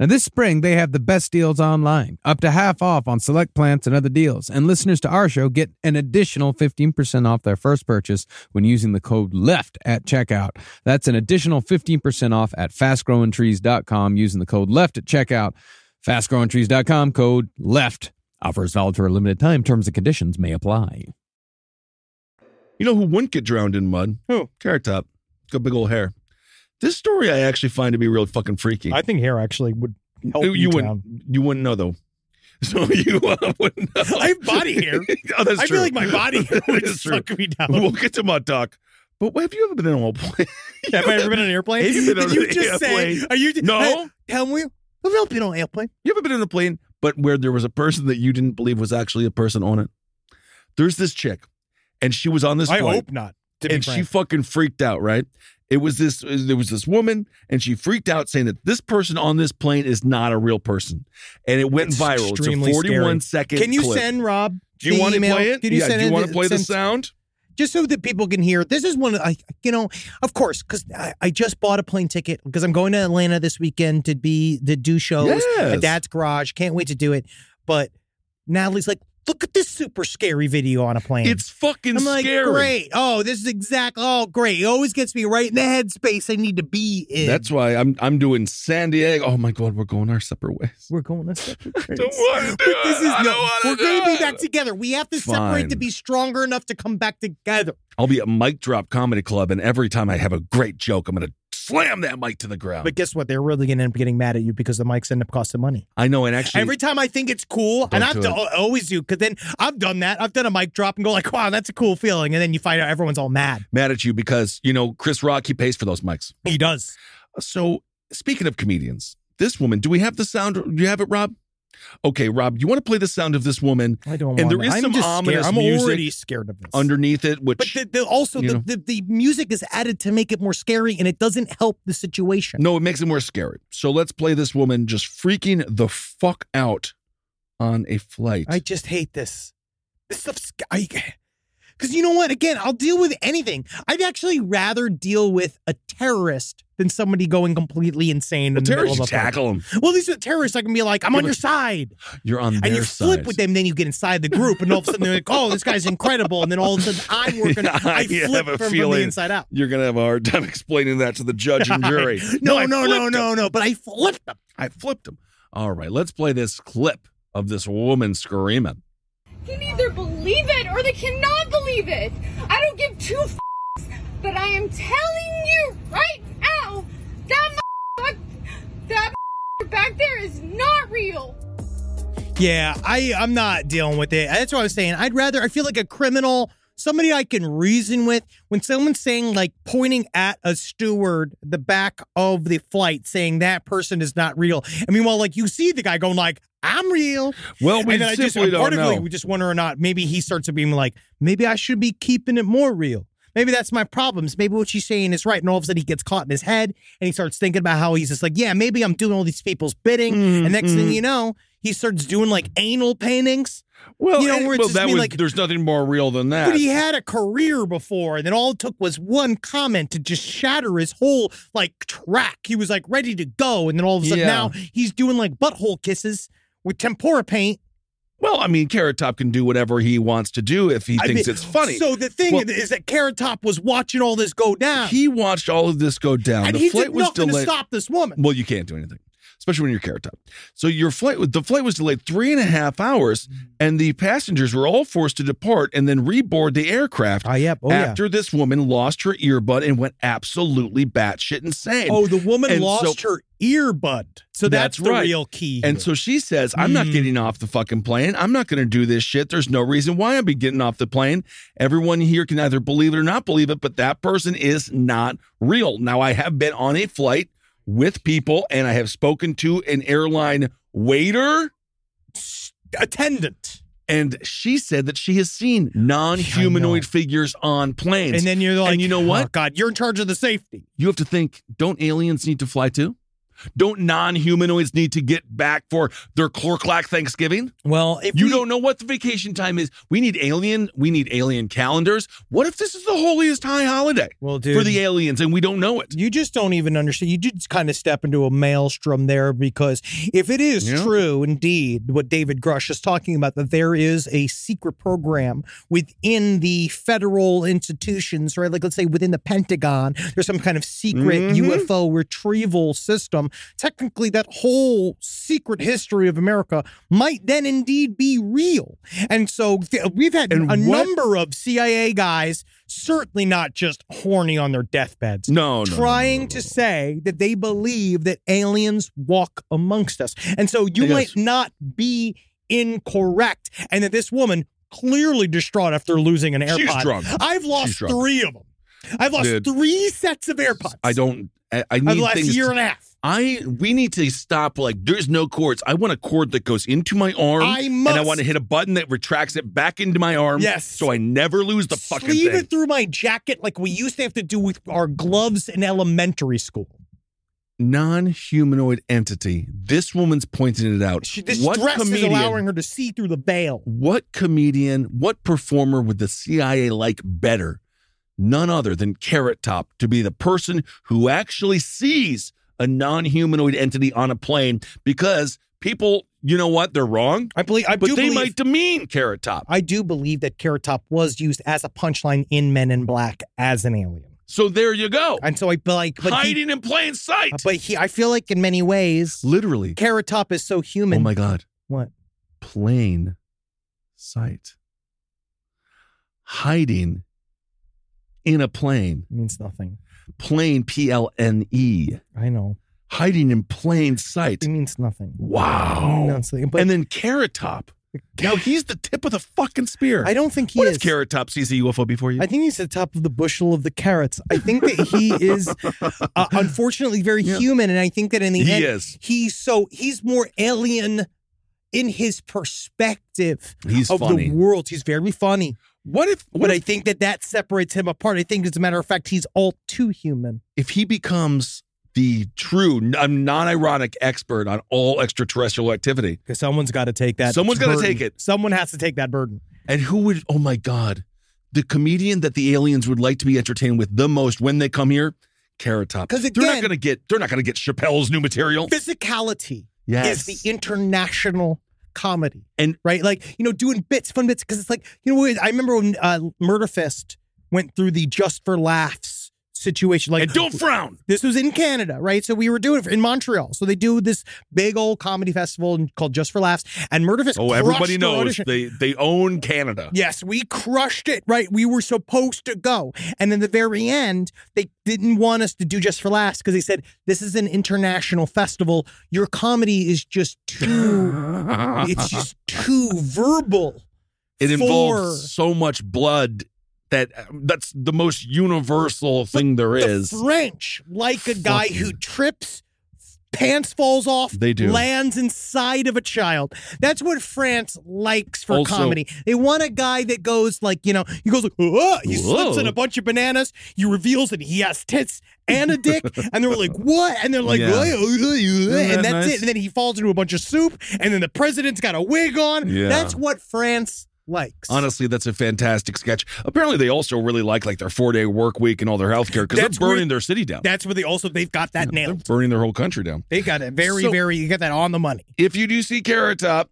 S6: Now, this spring, they have the best deals online, up to half off on select plants and other deals. And listeners to our show get an additional 15% off their first purchase when using the code LEFT at checkout. That's an additional 15% off at fastgrowingtrees.com using the code LEFT at checkout. Fastgrowingtrees.com, code LEFT. Offer is valid for a limited time. Terms and conditions may apply.
S7: You know who wouldn't get drowned in mud?
S2: Who?
S7: Carrot Top. Got big old hair. This story I actually find to be real fucking freaky.
S2: I think hair actually would help you,
S7: wouldn't. You wouldn't know though. So you uh, wouldn't. Know.
S2: I have body hair.
S7: oh, that's
S2: I
S7: true.
S2: feel like my body hair would
S7: That's true.
S2: suck me down.
S7: We'll get to mud talk. But have you ever been on a plane?
S2: Have I ever been on an airplane?
S7: Have you been
S2: Did
S7: on
S2: you
S7: an
S2: just
S7: airplane?
S2: say? Are you
S7: No.
S2: Hey, tell me. Have you been on an airplane?
S7: You ever been in a plane, but where there was a person that you didn't believe was actually a person on it? There's this chick, and she was on this
S2: I
S7: flight,
S2: hope not. To be
S7: and she
S2: frank.
S7: fucking freaked out. Right? It was this. There was this woman, and she freaked out, saying that this person on this plane is not a real person, and it went
S2: It's
S7: viral. It's a
S2: extremely scary.
S7: 41 second.
S2: Can you
S7: clip.
S2: send Rob?
S7: Do you
S2: the
S7: want to
S2: email?
S7: play it?
S2: Can you
S7: yeah,
S2: send
S7: do you
S2: it-
S7: want to play the
S2: send-
S7: sound?
S2: just so that people can hear. This is one. I you know, of course, because I, I just bought a plane ticket because I'm going to Atlanta this weekend to be to do shows
S7: Yes.
S2: at Dad's Garage. Can't wait to do it. But Natalie's like, look at this super scary video on a plane.
S7: It's fucking
S2: I'm like,
S7: scary.
S2: great. Oh, this is exact. Oh, great. It always gets me right in the headspace I need to be in.
S7: That's why I'm I'm doing San Diego. Oh my god, we're going our separate ways.
S2: we're going to separate
S7: I
S2: ways.
S7: don't want to do
S2: This
S7: it.
S2: is
S7: I don't
S2: no.
S7: wanna
S2: We're
S7: do
S2: going to be
S7: it.
S2: back together. We have to
S7: Fine.
S2: separate to be stronger enough to come back together.
S7: I'll be at Mic Drop Comedy Club, and every time I have a great joke, I'm gonna slam that mic to the ground.
S2: But guess what? They're really going to end up getting mad at you because the mics end up costing money.
S7: I know, and actually,
S2: Every time I think it's cool,
S7: Don't
S2: and I have
S7: do
S2: to
S7: it.
S2: al- always do, because then I've done that. I've done a mic drop and go like, "Wow, that's a cool feeling," and then you find out everyone's all mad.
S7: mad at you because you know Chris Rock he pays for those mics.
S2: He does.
S7: So speaking of comedians, this woman, do we have the sound? Do you have it, Rob? Okay, Rob, you want to play the sound of this woman
S2: I don't.
S7: And
S2: want
S7: there is
S2: that. I'm
S7: some
S2: just
S7: ominous
S2: scared. I'm
S7: music
S2: already scared of this.
S7: underneath it, which
S2: but the, the, also
S7: you
S2: the,
S7: know.
S2: the, the music is added to make it more scary, and it doesn't help the situation.
S7: no, it makes it more scary. So let's play this woman just freaking the fuck out on a flight.
S2: I just hate this. This stuff's I because you know what? Again, I'll deal with anything. I'd actually rather deal with a terrorist than somebody going completely insane.
S7: Well,
S2: in the middle
S7: Terry
S2: of
S7: should
S2: a fight.
S7: tackle him.
S2: Well, these are terrorists. I can be like, I'm on
S7: but-
S2: your side.
S7: You're on
S2: And
S7: their
S2: you flip
S7: side.
S2: with them, then you get inside the group, and all of a sudden they're like, "Oh, this guy's incredible!" And then all of a sudden I'm working. I
S7: Yeah,
S2: flip
S7: have a
S2: from, from
S7: feeling
S2: the inside out.
S7: You're gonna have a hard time explaining that to the judge and jury.
S2: No,
S7: I
S2: no,
S7: flipped
S2: no,
S7: him.
S2: no, no. But I flipped them.
S7: I flipped him. All right, let's play this clip of this woman screaming.
S9: can either believe it or they cannot believe it. I don't give two f***s, but I am telling you right now that m- that m- back there is not real.
S2: Yeah, I I'm not dealing with it. That's what I was saying. I'd rather I feel like a criminal, somebody I can reason with. When someone's saying like pointing at a steward the back of the flight, saying that person is not real. I mean, well, like you see the guy going like I'm real.
S7: Well, we
S2: and then I
S7: simply
S2: just,
S7: don't
S2: part of
S7: know.
S2: me, we just wonder or not. Maybe he starts to be like, maybe I should be keeping it more real. Maybe that's my problems. Maybe what she's saying is right. And all of a sudden he gets caught in his head and he starts thinking about how he's just like, yeah, maybe I'm doing all these people's bidding. and next
S7: Mm-hmm.
S2: thing you know, he starts doing like anal paintings.
S7: Well,
S2: You know,
S7: eh,
S2: where it's
S7: well,
S2: just
S7: that
S2: me,
S7: was,
S2: like-
S7: there's nothing more real than that.
S2: But he had a career before, and then all it took was one comment to just shatter his whole like track. He was like ready to go, and then all of a sudden
S7: Yeah.
S2: now he's doing like butthole kisses with tempura paint.
S7: well, I mean, Carrot Top can do whatever he wants to do if he
S2: I
S7: thinks
S2: mean,
S7: it's funny.
S2: So the thing
S7: Well-
S2: is that Carrot Top was watching all this go down,
S7: he watched all of this go down.
S2: and
S7: the
S2: he
S7: flight
S2: did
S7: was
S2: nothing
S7: delayed.
S2: to stop this woman.
S7: Well, you can't do anything, especially when you're carrot top. So your flight, was- the flight was delayed three and a half hours,
S2: Mm-hmm.
S7: and the passengers were all forced to depart and then reboard the aircraft.
S2: Ah, yep. Oh, yeah.
S7: after this woman lost her earbud and went absolutely batshit insane.
S2: Oh, the woman
S7: and
S2: lost
S7: so-
S2: her earbud. So that's,
S7: That's right.
S2: the real key.
S7: And
S2: here.
S7: so she says, I'm
S2: Hmm.
S7: not getting off the fucking plane. I'm not going to do this shit. There's no reason why I'd be getting off the plane. Everyone here can either believe it or not believe it, but that person is not real. Now, I have been on a flight with people and I have spoken to an airline waiter,
S2: attendant.
S7: and she said that she has seen non humanoid figures on planes.
S2: And then you're like,
S7: you know
S2: "Oh,
S7: what?
S2: God, you're in charge of the safety.
S7: you have to think don't aliens need to fly too? Don't non humanoids need to get back for their Clorklack Thanksgiving?
S2: Well, if
S7: You
S2: we-
S7: don't know what the vacation time is. We need alien. We need alien calendars. What if this is the holiest high holiday
S2: Well, dude,
S7: for the aliens and we don't know it?
S2: you just don't even understand. You did kind of step into a maelstrom there because if it is
S7: Yeah.
S2: true, indeed, what David Grush is talking about, that there is a secret program within the federal institutions, right? Like, let's say within the Pentagon, there's some kind of secret
S7: Mhm.
S2: UFO retrieval system. Technically, that whole secret history of America might then indeed be real. And so th- we've had
S7: And
S2: a
S7: what-
S2: number of CIA guys, certainly not just horny on their deathbeds
S7: Oh, No, no, no,
S2: trying
S7: no, no,
S2: to
S7: no.
S2: say that they believe that aliens walk amongst us. And so you
S7: Yes.
S2: might not be incorrect, and that this woman clearly distraught after losing an AirPod.
S7: She's drunk.
S2: I've
S7: She's
S2: lost
S7: drunk.
S2: three of them. I've lost
S7: Dude.
S2: three sets of AirPods.
S7: I don't. I, I
S2: Over
S7: need
S2: the last
S7: things.
S2: year
S7: to-
S2: and a half.
S7: I we need to stop. Like there's no cords. I want a cord that goes into my arm.
S2: I
S7: and I
S2: must-
S7: want to hit a button that retracts it back into my arm.
S2: Yes.
S7: so I never lose the fucking
S2: Sleeve
S7: thing.
S2: it through my jacket like we used to have to do with our gloves in elementary school.
S7: Non-humanoid entity. This woman's pointing it out.
S2: She, this
S7: what
S2: dress
S7: comedian?
S2: is allowing her to see through the veil.
S7: what comedian, what performer would the CIA like better? None other than Carrot Top to be the person who actually sees a non humanoid entity on a plane because people, you know what, they're wrong,
S2: I believe. I
S7: but
S2: do
S7: they
S2: believe,
S7: might demean Carrot Top.
S2: I do believe that Carrot Top was used as a punchline in Men in Black as an alien.
S7: So there you go,
S2: And so I feel like, but he,
S7: hiding in plain sight.
S2: but he, I feel like in many ways,
S7: Literally.
S2: Carrot Top is so
S7: Oh
S2: human.
S7: my God,
S2: What?
S7: plain sight. Hiding in a plane,
S2: It means nothing.
S7: plane, P L N E.
S2: I know.
S7: hiding in plain sight.
S2: It means nothing.
S7: Wow.
S2: No, it's- but-
S7: and then Carrot Top. Now he's the tip of the fucking spear.
S2: I don't think he
S7: What
S2: is.
S7: if Carrot Top sees a UFO before you?
S2: I think he's the top of the bushel of the carrots. I think that he is, uh, unfortunately, very
S7: Yeah.
S2: human, and I think that in the
S7: He
S2: end,
S7: is.
S2: he's so he's more alien in his perspective
S7: He's
S2: of
S7: funny.
S2: the world. He's very funny.
S7: what if what
S2: But I
S7: if,
S2: think that that separates him apart. I think, as a matter of fact, he's all too human.
S7: if he becomes the true non ironic expert on all extraterrestrial activity?
S2: Because someone's got to take that.
S7: Someone's gotta
S2: burden.
S7: take it.
S2: Someone has to take that burden.
S7: And who would oh my god. The comedian that the aliens would like to be entertained with the most when they come here, Carrot Top.
S2: 'Cause
S7: they're not
S2: again-
S7: going to get they're not going to get Chappelle's new material.
S2: Physicality
S7: Yes.
S2: is the international comedy.
S7: And-
S2: right, like, you know, doing bits, fun bits, because it's like, you know, what I remember when uh, Murderfist went through the just for laughs situation. Like,
S7: and don't frown.
S2: this was in Canada, right? So we were doing it in Montreal. So they do this big old comedy festival in- called Just for Laughs, and Murderfist.
S7: Oh, everybody
S2: crushed their
S7: knows
S2: audition.
S7: they they own Canada.
S2: Yes, we crushed it, right? We were supposed to go. And in the very end, they didn't want us to do Just for Laughs because they said, This is an international festival. Your comedy is just too, it's just too verbal.
S7: it
S2: for-
S7: involves so much blood that uh, that's the most universal thing there
S2: the
S7: is.
S2: French like a guy who
S7: Fucking-
S2: trips, pants falls off,
S7: They do.
S2: lands inside of a child. That's what France likes for
S7: Also-
S2: comedy. They want a guy that goes like you know he goes like "Whoa," he slips
S7: Whoa.
S2: in a bunch of bananas. He reveals that he has tits and a dick, and they're like what? And they're like
S7: Yeah.
S2: "Whoa, whoa, whoa,"
S7: that
S2: and that's
S7: nice?
S2: it. And then he falls into a bunch of soup, and then the president's got a wig on.
S7: Yeah.
S2: That's what France likes.
S7: Honestly, that's a fantastic sketch. Apparently, they also really like like their four day work week and all their health care because
S2: That's
S7: they're burning
S2: where-
S7: their city down.
S2: that's where they also they've got that
S7: they're
S2: nailed.
S7: burning their whole country down.
S2: They got it very,
S7: So-
S2: very. You got that on the money.
S7: If you do see Carrot Top,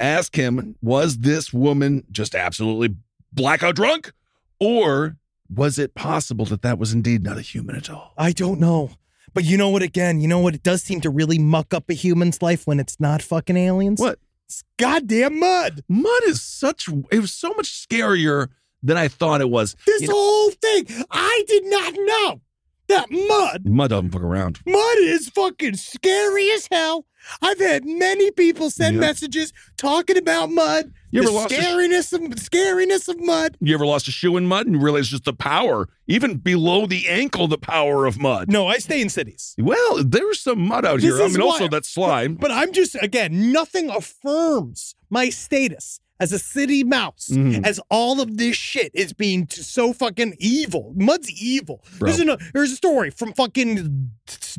S7: ask him: Was this woman just absolutely blackout drunk, or was it possible that that was indeed not a human at all?
S2: I don't know. But you know what, again, you know what? It does seem to really muck up a human's life when it's not fucking aliens.
S7: What?
S2: It's goddamn mud.
S7: Mud is such it was so much scarier than I thought it was.
S2: This
S7: You know-
S2: whole thing, I did not know that mud.
S7: Mud doesn't fuck around.
S2: Mud is fucking scary as hell. I've had many people send
S7: Yeah.
S2: messages talking about mud.
S7: You
S2: the
S7: ever lost a sh-
S2: scariness of scariness of mud.
S7: You ever lost a shoe in mud and realized just the power, even below the ankle, the power of mud?
S2: No, I stay in cities.
S7: Well, there's some mud out
S2: This
S7: here. I
S2: is
S7: mean, also
S2: wild.
S7: that slime.
S2: But I'm just again, nothing affirms my status as a city mouse
S7: Mhm.
S2: as all of this shit is being t- so fucking evil. Mud's evil.
S7: Bro.
S2: There's a there's a story from fucking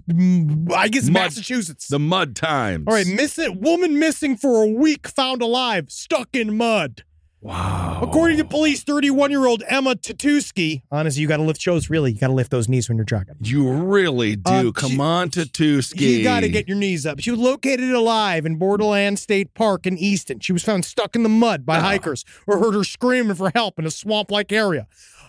S2: mm, I guess
S7: Mud.
S2: Massachusetts.
S7: the mud times.
S2: all right, miss it. Woman missing for a week, found alive, stuck in mud.
S7: Wow.
S2: According to police, 31 year old Emma Tatuski. Honestly, you got to lift shows. Really, you got to lift those knees when you're jogging.
S7: you really do.
S2: Uh,
S7: Come
S2: gee-
S7: on, Tatuski.
S2: You got to get your knees up. She was located alive in Borderland State Park in Easton. She was found stuck in the mud by hikers or heard her screaming for help in a swamp like area.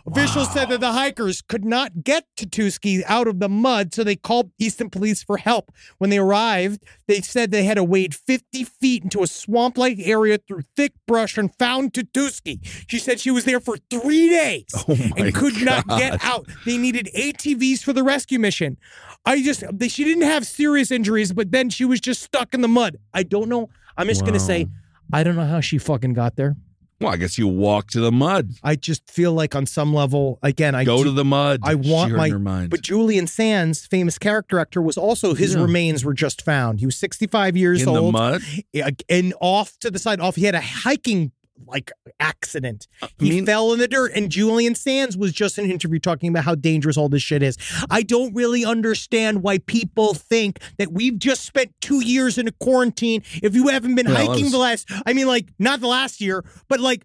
S2: Officials said that the hikers could not get Tatuski out of the mud, so they called Easton police for help. When they arrived, they said they had to wade 50 feet into a swamp like area through thick brush and found Tatuski. She said she was there for three days
S7: Oh my
S2: and could not get out. They needed ATVs for the rescue mission. I just, they, she didn't have serious injuries, but then she was just stuck in the mud. I don't know. I'm just going to say, I don't know how she fucking got there.
S7: Well, I guess you walk to the mud.
S2: I just feel like on some level, again, I
S7: Go
S2: do-
S7: to the mud.
S2: I want
S7: Sheer in
S2: my,
S7: your mind.
S2: but Julian Sands, famous character actor, was also his
S7: Yeah.
S2: remains were just found. He was 65 years
S7: in
S2: old,
S7: the mud.
S2: Yeah, and off to the side, off he had a hiking like accident. He
S7: Uh, mean-
S2: fell in the dirt, and Julian Sands was just in an interview talking about how dangerous all this shit is. I don't really understand why people think that we've just spent two years in a quarantine. If you haven't been
S7: Yeah, that
S2: hiking
S7: was-
S2: the last, I mean, like not the last year, but like.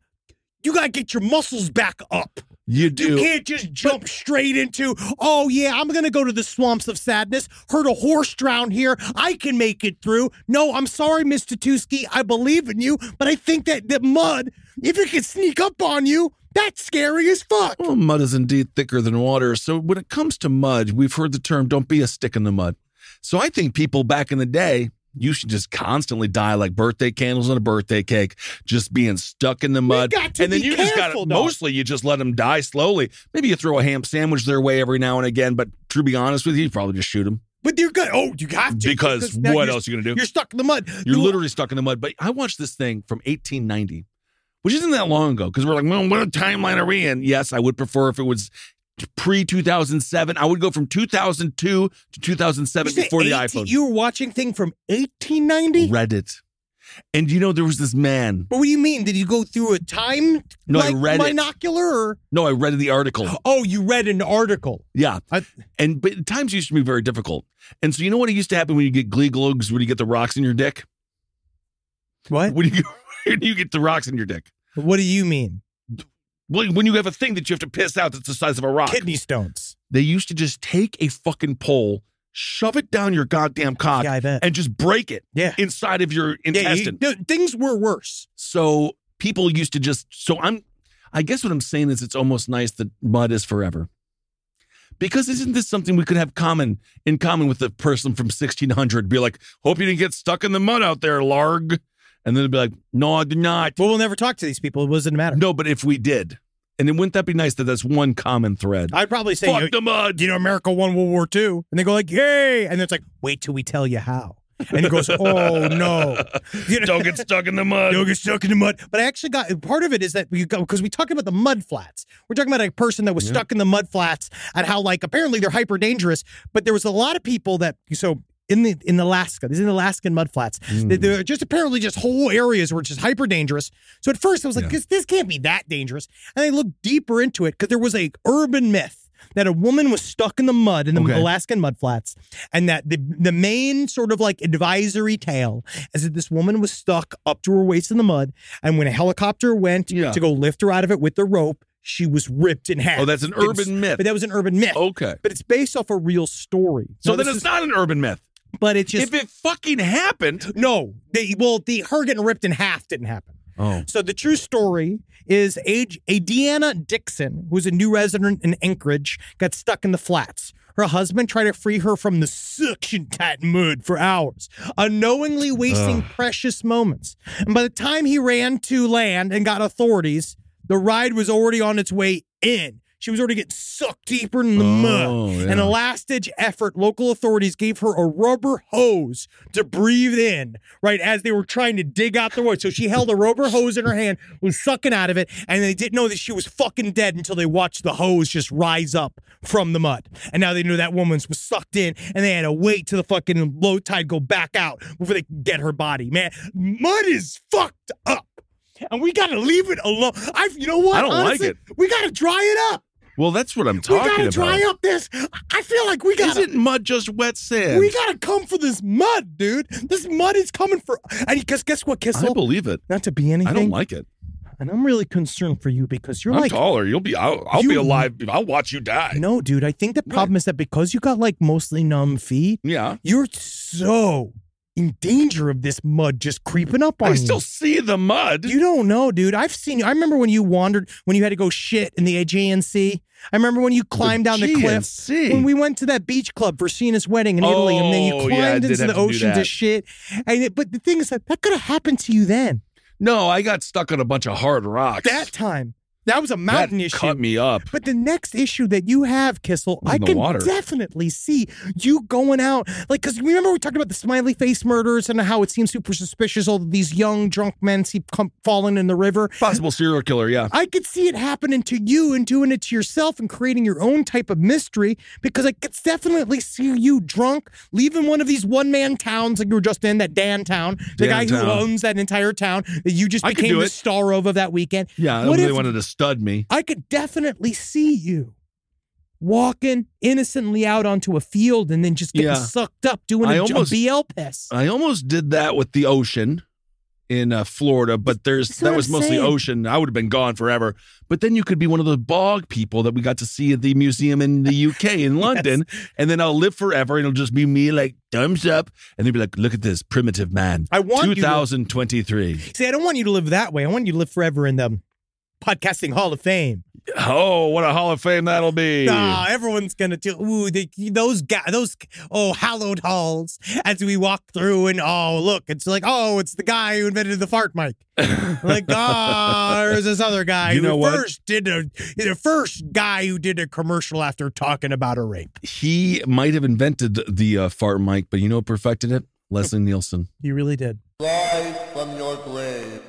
S2: You gotta get your muscles back up.
S7: You do.
S2: You can't just jump straight into, oh yeah, I'm gonna go to the swamps of sadness, heard a horse drown here, I can make it through. No, I'm sorry, Mr. Tusky, I believe in you, but I think that the mud, if it can sneak up on you, that's scary as fuck.
S7: Well, mud is indeed thicker than water. So when it comes to mud, we've heard the term don't be a stick in the mud. So I think people back in the day, you should just constantly die like birthday candles on a birthday cake, just being stuck in the mud.
S2: got to
S7: and then
S2: be
S7: you just got
S2: careful,
S7: to,
S2: though.
S7: mostly you just let them die slowly. Maybe you throw a ham sandwich their way every now and again, but to be honest with you, you probably just shoot them
S2: But you're good. Oh, you have to.
S7: because
S2: now
S7: what
S2: you're-
S7: else are you going to do?
S2: You're stuck in the mud.
S7: You're
S2: You-
S7: literally stuck in the mud. But I watched this thing from 1890, which isn't that long ago because we're like, well, what timeline are we in? Yes, I would prefer if it was pre 2007. I would go from 2002 to
S2: you
S7: 2007
S2: say
S7: before the
S2: 18
S7: iPhone.
S2: You were watching thing from 1890?
S7: read it. And you know, there was this man.
S2: But what do you mean? Did you go through a time
S7: No, I
S2: like
S7: read it.
S2: binocular? Or?
S7: No, I read the article.
S2: Oh, you read an article.
S7: Yeah.
S2: I-
S7: and but times used to be very difficult. And so you know what used to happen when you get glee glugs, when you get the rocks in your dick?
S2: What?
S7: When you, when you get the rocks in your dick.
S2: What do you mean?
S7: When when you have a thing that you have to piss out that's the size of a rock.
S2: Kidney stones.
S7: They used to just take a fucking pole, shove it down your goddamn cock,
S2: Yeah, I bet.
S7: and just break it
S2: Yeah.
S7: inside of your intestine.
S2: Yeah, you- no, things were worse.
S7: so people used to just. So I'm. I guess what I'm saying is it's almost nice that mud is forever. Because isn't this something we could have common in common with the person from 1600? Be like, hope you didn't get stuck in the mud out there, Larg. And then they'd be like, no, I did not.
S2: Well, we'll never talk to these people. It doesn't matter.
S7: No, but if we did, and then wouldn't that be nice that that's one common thread?
S2: I'd probably say,
S7: Fuck
S2: you know,
S7: the mud.
S2: you know, America won World War II. And they go like, yay. And it's like, wait till we tell you how. And he goes, oh, no. You know,
S7: Don't get stuck in the mud.
S2: Don't get stuck in the mud. But I actually got part of it is that you go because we talked about the mud flats. We're talking about a person that was stuck in the mud flats and how like apparently they're hyper dangerous. But there was a lot of people that so in the in Alaska, these in Alaskan mud flats, they, they're just apparently just whole areas were just hyper dangerous. So at first I was like, this this can't be that dangerous. And I looked deeper into it because there was a urban myth. That a woman was stuck in the mud in the
S7: Okay.
S2: Alaskan mud flats, and that the the main sort of like advisory tale is that this woman was stuck up to her waist in the mud, and when a helicopter went
S7: Yeah.
S2: to go lift her out of it with the rope, she was ripped in half.
S7: Oh, that's an urban myth.
S2: But that was an urban myth.
S7: Okay.
S2: But it's based off a real story.
S7: So
S2: Now,
S7: then
S2: this is-
S7: it's not an urban myth.
S2: But it's just
S7: if it fucking happened,
S2: no. They well, the her getting ripped in half didn't happen.
S7: oh,
S2: So the true story is age a Deanna Dixon, who's a new resident in Anchorage, got stuck in the flats. Her husband tried to free her from the suction tight mud for hours, unknowingly wasting precious moments. And by the time he ran to land and got authorities, the ride was already on its way in. She was already getting sucked deeper in the
S7: Oh,
S2: mud.
S7: yeah.
S2: And a last ditch effort, local authorities gave her a rubber hose to breathe in, right, as they were trying to dig out the wood. So she held a rubber hose in her hand, was sucking out of it, and they didn't know that she was fucking dead until they watched the hose just rise up from the mud. And now they knew that woman was sucked in, and they had to wait till the fucking low tide go back out before they could get her body. Man, mud is fucked up. And we gotta leave it alone. I, you know what?
S7: I don't like
S2: Honestly,
S7: it.
S2: We gotta dry it up.
S7: well, that's what I'm
S2: We
S7: talking
S2: gotta
S7: about.
S2: dry up this. I feel like we gotta
S7: Isn't mud just wet sand?
S2: we gotta come for this mud, dude. This mud is coming for. And guess guess what,
S7: I
S2: Kissel?
S7: believe it.
S2: Not to be anything.
S7: I don't like it.
S2: And I'm really concerned for you because you're
S7: I'm
S2: like.
S7: taller. You'll be. I'll, I'll be
S2: You-
S7: alive. I'll watch you die.
S2: No, dude. I think the problem is that because you got like mostly numb feet,
S7: Yeah.
S2: you're so in danger of this mud just creeping up on
S7: I
S2: you.
S7: still see the mud.
S2: You don't know, dude. I've seen you. I remember when you wandered, when you had to go shit in the Aegean Sea. I remember when you climbed down the cliff.
S7: GNC.
S2: When we went to that beach club for Cena's wedding in Italy, and then you
S7: Oh,
S2: climbed
S7: yeah, I did
S2: into the
S7: have to do
S2: ocean to
S7: that.
S2: shit. And it, but the thing is that that could have happened to you then.
S7: No, I got stuck on a bunch of hard rocks.
S2: That time, that was a mountain
S7: that
S2: issue.
S7: cut me up.
S2: But the next issue that you have, Kissel,
S7: Was
S2: I
S7: in the
S2: can
S7: water.
S2: definitely see you going out. Like, because remember we talked about the smiley face murders and how it seems super suspicious. All these young drunk men keep come, falling in the river.
S7: Possible serial killer. Yeah.
S2: I could see it happening to you and doing it to yourself and creating your own type of mystery because I could definitely see you drunk, leaving one of these one man towns like you were just in, that Dan town, the guy who
S7: Downtown.
S2: owns that entire town that you just
S7: I could
S2: became
S7: do
S2: the
S7: it.
S2: star of of that weekend.
S7: Yeah.
S2: What
S7: Nobody
S2: if-
S7: wanted to stud me.
S2: I could definitely see you walking innocently out onto a field and then just getting
S7: Yeah.
S2: sucked up doing
S7: I
S2: a j- a
S7: almost- Uh
S2: BL piss.
S7: I almost did that with the ocean in uh, Florida, but there's
S2: That's what
S7: that was
S2: I'm
S7: mostly
S2: saying.
S7: ocean. I would have been gone forever. But then you could be one of the bog people that we got to see at the museum in the UK in London, and then I'll live forever, and it'll just be me like thumbs up, and they'd be like, "Look at this primitive man."
S2: I want you to-
S7: 2023.
S2: See, I don't want you to live that way. I want you to live forever in the podcasting hall of fame.
S7: Oh, what a Hall of Fame that'll be!
S2: Nah, everyone's gonna do. Ooh, the, those guys, those oh hallowed halls as we walk through, and oh look, it's like oh, it's the guy who invented the fart mic. like ah, there's this other guy
S7: You
S2: who
S7: know what?
S2: first did a the first guy who did a commercial after talking about a rape.
S7: He might have invented the uh, fart mic, but you know, who perfected it. Leslie Nielsen.
S2: He really did.
S8: Rise from your grave.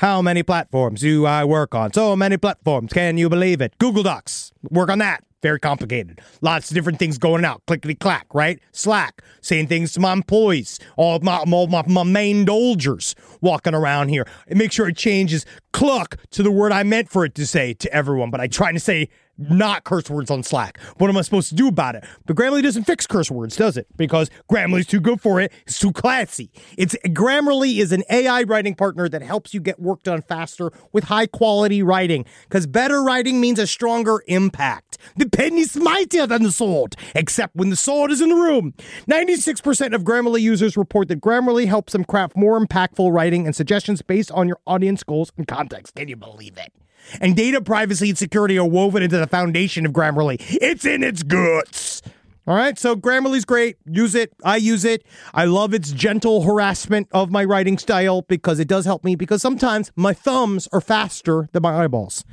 S2: How many platforms do I work on? So many platforms. Can you believe it? Google Docs. Work on that. Very complicated. Lots of different things going out. Clickety clack, right? Slack. Saying things to my employees. All my, all my, my main dolgers walking around here. And make sure it changes cluck to the word I meant for it to say to everyone. But I try to say not curse words on Slack. What am I supposed to do about it? But Grammarly doesn't fix curse words, does it? Because Grammarly's too good for it. It's too classy. It's Grammarly is an AI writing partner that helps you get work done faster with high quality writing. Because better writing means a stronger impact. The pen is mightier than the sword, except when the sword is in the room. 96% of Grammarly users report that Grammarly helps them craft more impactful writing and suggestions based on your audience goals and context. Can you believe it? And data privacy and security are woven into the foundation of Grammarly. It's in its guts. All right, so Grammarly's great. Use it. I use it. I love its gentle harassment of my writing style because it does help me because sometimes my thumbs are faster than my eyeballs.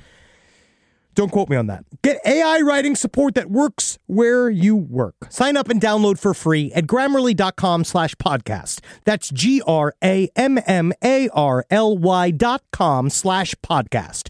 S2: Don't quote me on that. Get AI writing support that works where you work. Sign up and download for free at grammarly.com slash podcast. That's G R A M M A R L Y dot com slash podcast.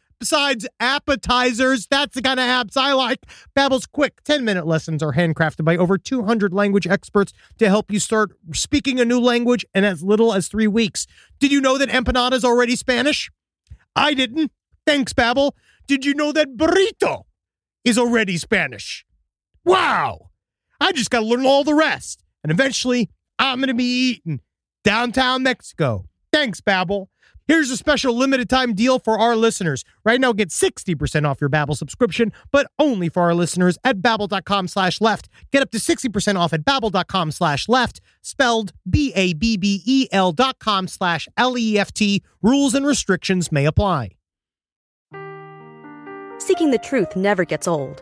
S2: Besides appetizers, that's the kind of apps I like. Babbel's quick 10-minute lessons are handcrafted by over 200 language experts to help you start speaking a new language in as little as 3 weeks. Did you know that empanada is already Spanish? I didn't. Thanks, Babbel. Did you know that burrito is already Spanish? Wow. I just got to learn all the rest. And eventually, I'm going to be eating downtown Mexico. Thanks, Babbel. Here's a special limited time deal for our listeners. Right now, get 60% off your Babbel subscription, but only for our listeners at babbel.com slash left. Get up to 60% off at babbel.com slash left, spelled B-A-B-B-E-L E dot com slash L-E-F-T. Rules and restrictions may apply.
S10: Seeking the truth never gets old.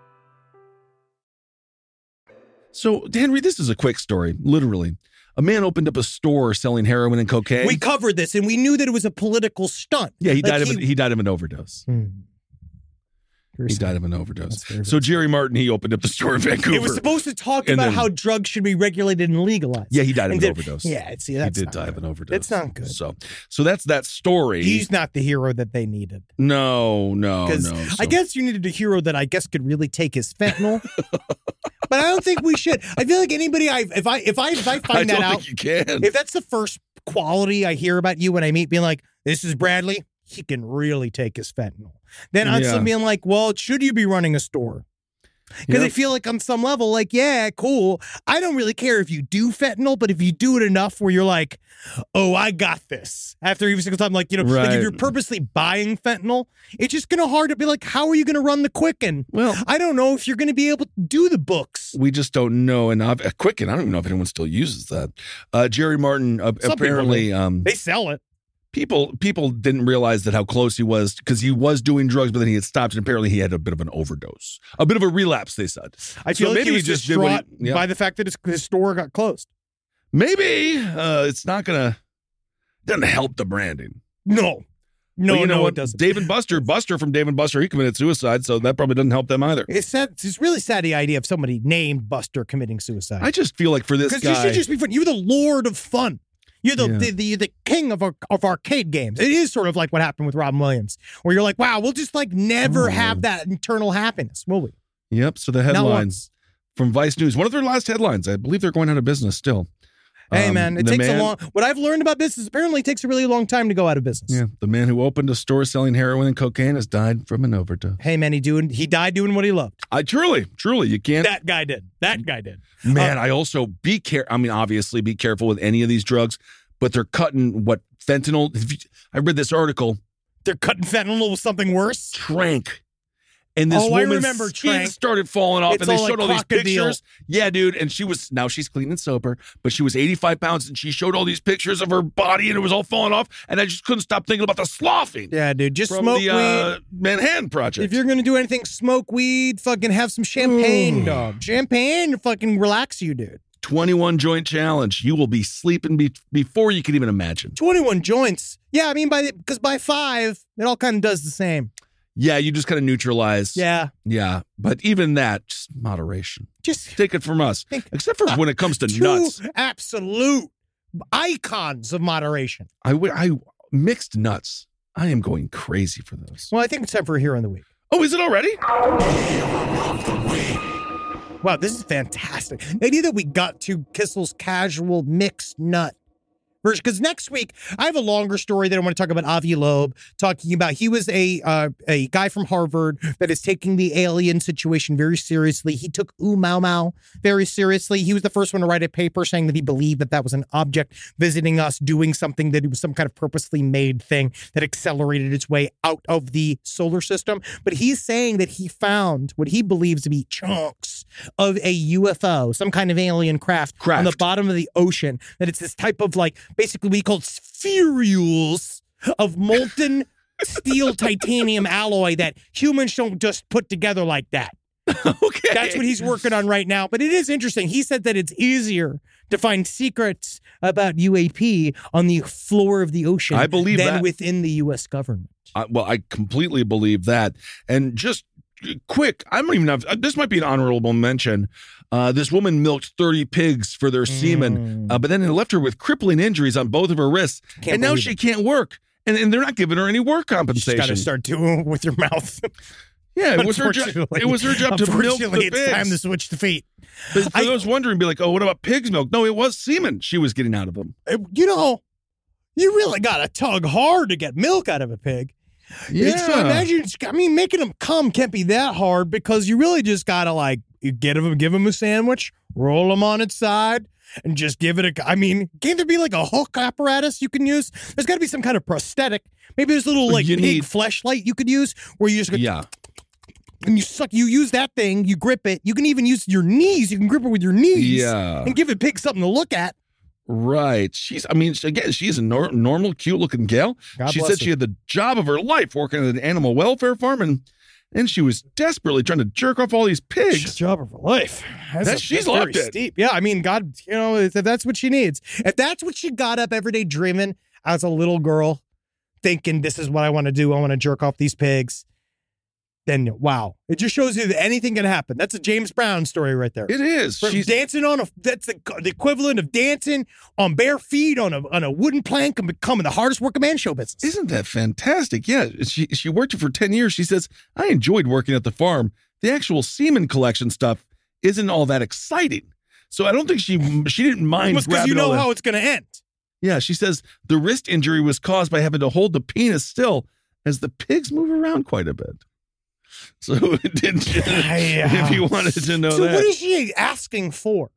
S7: So, Henry, this is a quick story, literally. A man opened up a store selling heroin and cocaine.
S2: We covered this and we knew that it was a political stunt.
S7: yeah, he
S2: Like, Hmm.
S7: died of an, he died of an overdose. He died of an overdose. So Jerry Martin, he opened up a store in Vancouver.
S2: It was supposed to talk
S7: And
S2: about
S7: then-
S2: how drugs should be regulated and legalized.
S7: Yeah, he died of
S2: And
S7: an
S2: then-
S7: overdose.
S2: Yeah, see, that's
S7: he did
S2: not
S7: die of an overdose.
S2: It's not good.
S7: So, so that's that story.
S2: He's not the hero that they needed.
S7: no, no, Oh, no.
S2: Because I
S7: So-
S2: guess you needed a hero that I guess could really take his fentanyl. but I don't think we should. I feel like anybody I if I if I if I
S7: I
S2: find
S7: don't
S2: that out,
S7: think you can.
S2: if that's the first quality I hear about you when I meet, being like, "This is Bradley. He can really take his fentanyl." Then I'm
S7: Yeah.
S2: being like, "Well, should you be running a store?" Because I
S7: Yep.
S2: feel like on some level, like, yeah, cool. I don't really care if you do fentanyl, but if you do it enough where you're like, oh, I got this. After every single time, like, you know, like
S7: Right.
S2: if you're purposely buying fentanyl, it's just gonna hard to be like, how are you gonna run the quicken?
S7: Well-
S2: I don't know if you're gonna be able to do the books.
S7: we just don't know. And I've, uh, Quicken, I don't even know if anyone still uses that. Uh, Jerry Martin uh,
S2: people
S7: apparently um,
S2: They sell it.
S7: people people didn't realize that how close he was because he was doing drugs, but then he had stopped, and apparently he had a bit of an overdose, a bit of a relapse. They said.
S2: I
S7: So
S2: feel like
S7: maybe
S2: he was
S7: he just did what he-
S2: distraught
S7: yeah.
S2: by the fact that his, his store got closed.
S7: Maybe uh, it's not gonna doesn't help the branding.
S2: No, no,
S7: But you know
S2: no,
S7: what?
S2: it doesn't.
S7: Dave and Buster, Buster from Dave and Buster, he committed suicide, so that probably doesn't help them either.
S2: it's sad. It's really sad the idea of somebody named Buster committing suicide.
S7: I just feel like for this
S2: Because you
S7: guy,
S2: should just be fun. You're the lord of fun. You're the,
S7: Yeah.
S2: the, the the king of ar- of arcade games. It is sort of like what happened with Robin Williams, where you're like, wow, we'll just like never
S7: Mm.
S2: have that internal happiness, will we?
S7: yep. So the
S2: Not
S7: headlines
S2: once.
S7: from Vice News, one of their last headlines, I believe they're going out of business still.
S2: Hey
S7: Um,
S2: man, it
S7: the
S2: takes
S7: man-
S2: a long. What I've learned about business apparently it takes a really long time to go out of business.
S7: Yeah, the man who opened a store selling heroin and cocaine has died from an overdose.
S2: Hey man, he doing he died doing what he loved.
S7: I truly, truly, you can't.
S2: That guy did. That guy did.
S7: man, I also be care. I mean, obviously, be careful with any of these drugs, but they're cutting what fentanyl. if you- I read this article.
S2: They're cutting fentanyl with something worse.
S7: Trank and this
S2: Oh, I
S7: woman's
S2: remember,
S7: skin
S2: Trank.
S7: started falling off,
S2: It's
S7: and they
S2: all
S7: showed
S2: like
S7: all these
S2: crocodile.
S7: pictures. Yeah, dude, and she was now she's clean and sober, but she was 85 pounds, and she showed all these pictures of her body, and it was all falling off, and I just couldn't stop thinking about the sloughing
S2: Yeah, dude, just
S7: from
S2: smoke
S7: the
S2: weed.
S7: uh, Manhattan Project.
S2: If you're gonna do anything, smoke weed, fucking have some champagne, dog. Champagne to fucking relax you, dude.
S7: 21 joint challenge. You will be sleeping be- before you can even imagine.
S2: 21 joints. Yeah, I mean by the because by five, it all kind of does the same.
S7: Yeah, you just kind of neutralize.
S2: Yeah.
S7: Yeah. But even that, just moderation.
S2: Just
S7: Take it from us.
S2: Think-
S7: Except for when it comes to
S2: two
S7: nuts.
S2: absolute icons of moderation.
S7: I would I mixed nuts. I am going crazy for those.
S2: Well, I think it's time for a hero in the week.
S7: Oh, is it already?
S2: Wow, this is fantastic. The idea that we got to Kissel's casual mixed nut. Because next week, I have a longer story that I want to talk about Avi Loeb, talking about he was a uh, a guy from Harvard that is taking the alien situation very seriously. He took U Mau Mau very seriously. He was the first one to write a paper saying that he believed that that was an object visiting us, doing something that it was some kind of purposely made thing that accelerated its way out of the solar system. But he's saying that he found what he believes to be chunks of a UFO, some kind of alien craft, on the
S7: Craft.
S2: bottom of the ocean. That it's this type of like basically we call spherules of molten steel titanium alloy that humans don't just put together like that.
S7: okay.
S2: That's what he's working on right now. But it is interesting. He said that it's easier to find secrets about UAP on the floor of the ocean
S7: I believe
S2: than
S7: that.
S2: within the US government.
S7: I, well, I completely believe that. And just uh, quick, I don't even have uh, this might be an honorable mention. Uh, this woman milked 30 pigs for their semen, uh, but then it left her with crippling injuries on both of her wrists.
S2: Mm. Can't
S7: and now
S2: believe
S7: she can't work. And, and they're not giving her any work
S2: Just
S7: compensation.
S2: got to start doing it with your mouth.
S7: yeah, it was her job.
S2: Unfortunately-
S7: It was her job to milk the
S2: Unfortunately,
S7: pigs.
S2: it's time to switch the feet.
S7: But for
S2: I-
S7: those wondering, be like, oh, what about pig's milk? No, it was semen she was getting out of them.
S2: Uh, You know, you really got to tug hard to get milk out of a pig. It's, I imagine. it's- I mean, making them come can't be that hard because you really just gotta like you get them, give them a sandwich, roll them on its side, and just give it a. I mean, can't there be like a hook apparatus you can use? There's got to be some kind of prosthetic. Maybe there's a little like
S7: You
S2: pig
S7: need-
S2: fleshlight you could use where you just go,
S7: Yeah.
S2: and you suck. You use that thing, you grip it. You can even use your knees. You can grip it with your knees.
S7: Yeah.
S2: And give a pig something to look at.
S7: Right. She's, I mean, she- again, she's a nor- normal, cute looking gal.
S2: God
S7: she
S2: bless
S7: said
S2: her.
S7: she had the job of her life working at an animal welfare farm and and she was desperately trying to jerk off all these
S2: It's
S7: pigs.
S2: the job of her life. That's
S7: That- she's
S2: very
S7: loved it.
S2: Steep. Yeah, I mean, God, you know, if that's what she needs, if that's what she got up every day dreaming as a little girl, thinking this is what I want to do, I want to jerk off these pigs, then wow, it just shows you that anything can happen. That's a James Brown story right there.
S7: It is.
S2: From
S7: She's
S2: dancing on a that's the, the equivalent of dancing on bare feet on a on a wooden plank and becoming the hardest working man in show business.
S7: isn't that fantastic? Yeah. She she worked for 10 years. She says, I enjoyed working at the farm. The actual semen collection stuff isn't all that exciting. So I don't think she she didn't mind
S2: because
S7: grabbing
S2: you
S7: all
S2: know
S7: that-
S2: how it's going to end.
S7: Yeah, she says the wrist injury was caused by having to hold the penis still as the pigs move around quite a bit. So it didn't.
S2: Yeah.
S7: If you wanted to know
S2: So
S7: that,
S2: what is she asking for?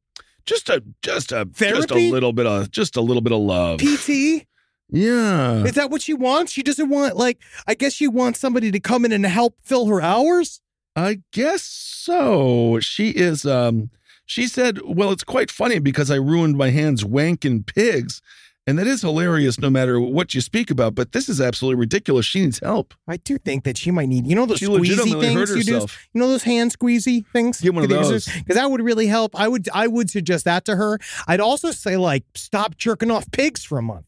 S7: just a just a just a
S2: Therapy?
S7: little bit of just a little bit of love.
S2: PT?
S7: yeah.
S2: Is that what she wants? She doesn't want like I guess she wants somebody to come in and help fill her hours.
S7: I guess so. She is um she said, "Well, it's quite funny because I ruined my hands wanking pigs." And that is hilarious no matter what you speak about, but this is absolutely ridiculous. She needs help.
S2: I do think that she might need you know those
S7: She
S2: squeezy
S7: legitimately hurt
S2: things you do.
S7: herself.
S2: You know those hand squeezy things.
S7: Get one of those.
S2: because that would really help. I would I would suggest that to her. I'd also say like stop jerking off pigs for a month.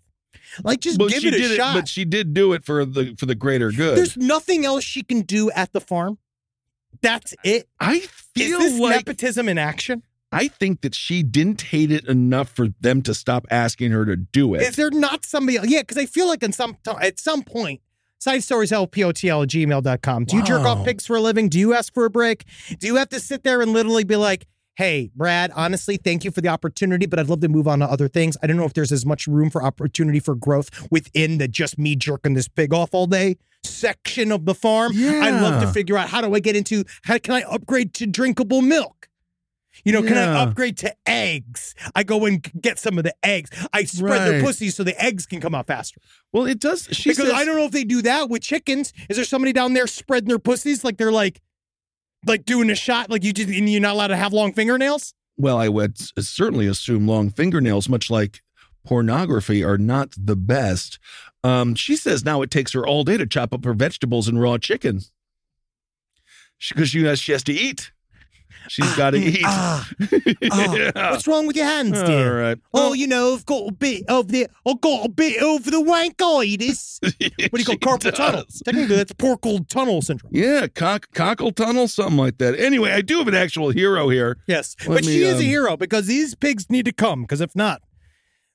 S2: Like just
S7: Well,
S2: give
S7: she
S2: it a
S7: did
S2: shot.
S7: but she did do it for the for the greater good.
S2: There's nothing else she can do at the farm. That's it.
S7: I
S2: Is
S7: feel
S2: this
S7: like
S2: nepotism in action?
S7: I think that she didn't hate it enough for them to stop asking her to do it.
S2: Is there not somebody else? Yeah, because I feel like in some at some point, side stories lpotl at gmail.com. Do you jerk
S7: Wow.
S2: off pigs for a living? Do you ask for a break? Do you have to sit there and literally be like, hey, Brad, honestly, thank you for the opportunity, but I'd love to move on to other things. I don't know if there's as much room for opportunity for growth within the just me jerking this pig off all day section of the farm. I'd love to
S7: Yeah.
S2: figure out how do I get into how can I upgrade to drinkable milk? You know, can I
S7: Yeah.
S2: upgrade to eggs? I go and g- get some of the eggs. I spread their
S7: Right.
S2: pussy so the eggs can come out faster.
S7: well, it does. She
S2: because
S7: says,
S2: I don't know if they do that with chickens. Is there somebody down there spreading their pussies like they're like like doing a shot like you just and you're not allowed to have long fingernails?
S7: Well, I would s- certainly assume long fingernails, much like pornography, are not the best. Um, she says now it takes her all day to chop up her vegetables and raw chicken because she, has she has to eat. She's got to eat.
S2: Ah,
S7: Yeah.
S2: What's wrong with your hands,
S7: All
S2: dear?
S7: right.
S2: Oh, you know, I've got a bit of the I've got a bit of the wankitis. what do you call
S7: She
S2: it? carpal
S7: does.
S2: tunnel? Technically, that's porcal tunnel syndrome.
S7: Yeah, cock, cockle tunnel, something like that. Anyway, I do have an actual hero here.
S2: Yes,
S7: Let
S2: but she
S7: me,
S2: is a
S7: um,
S2: hero because these pigs need to come. Because if not,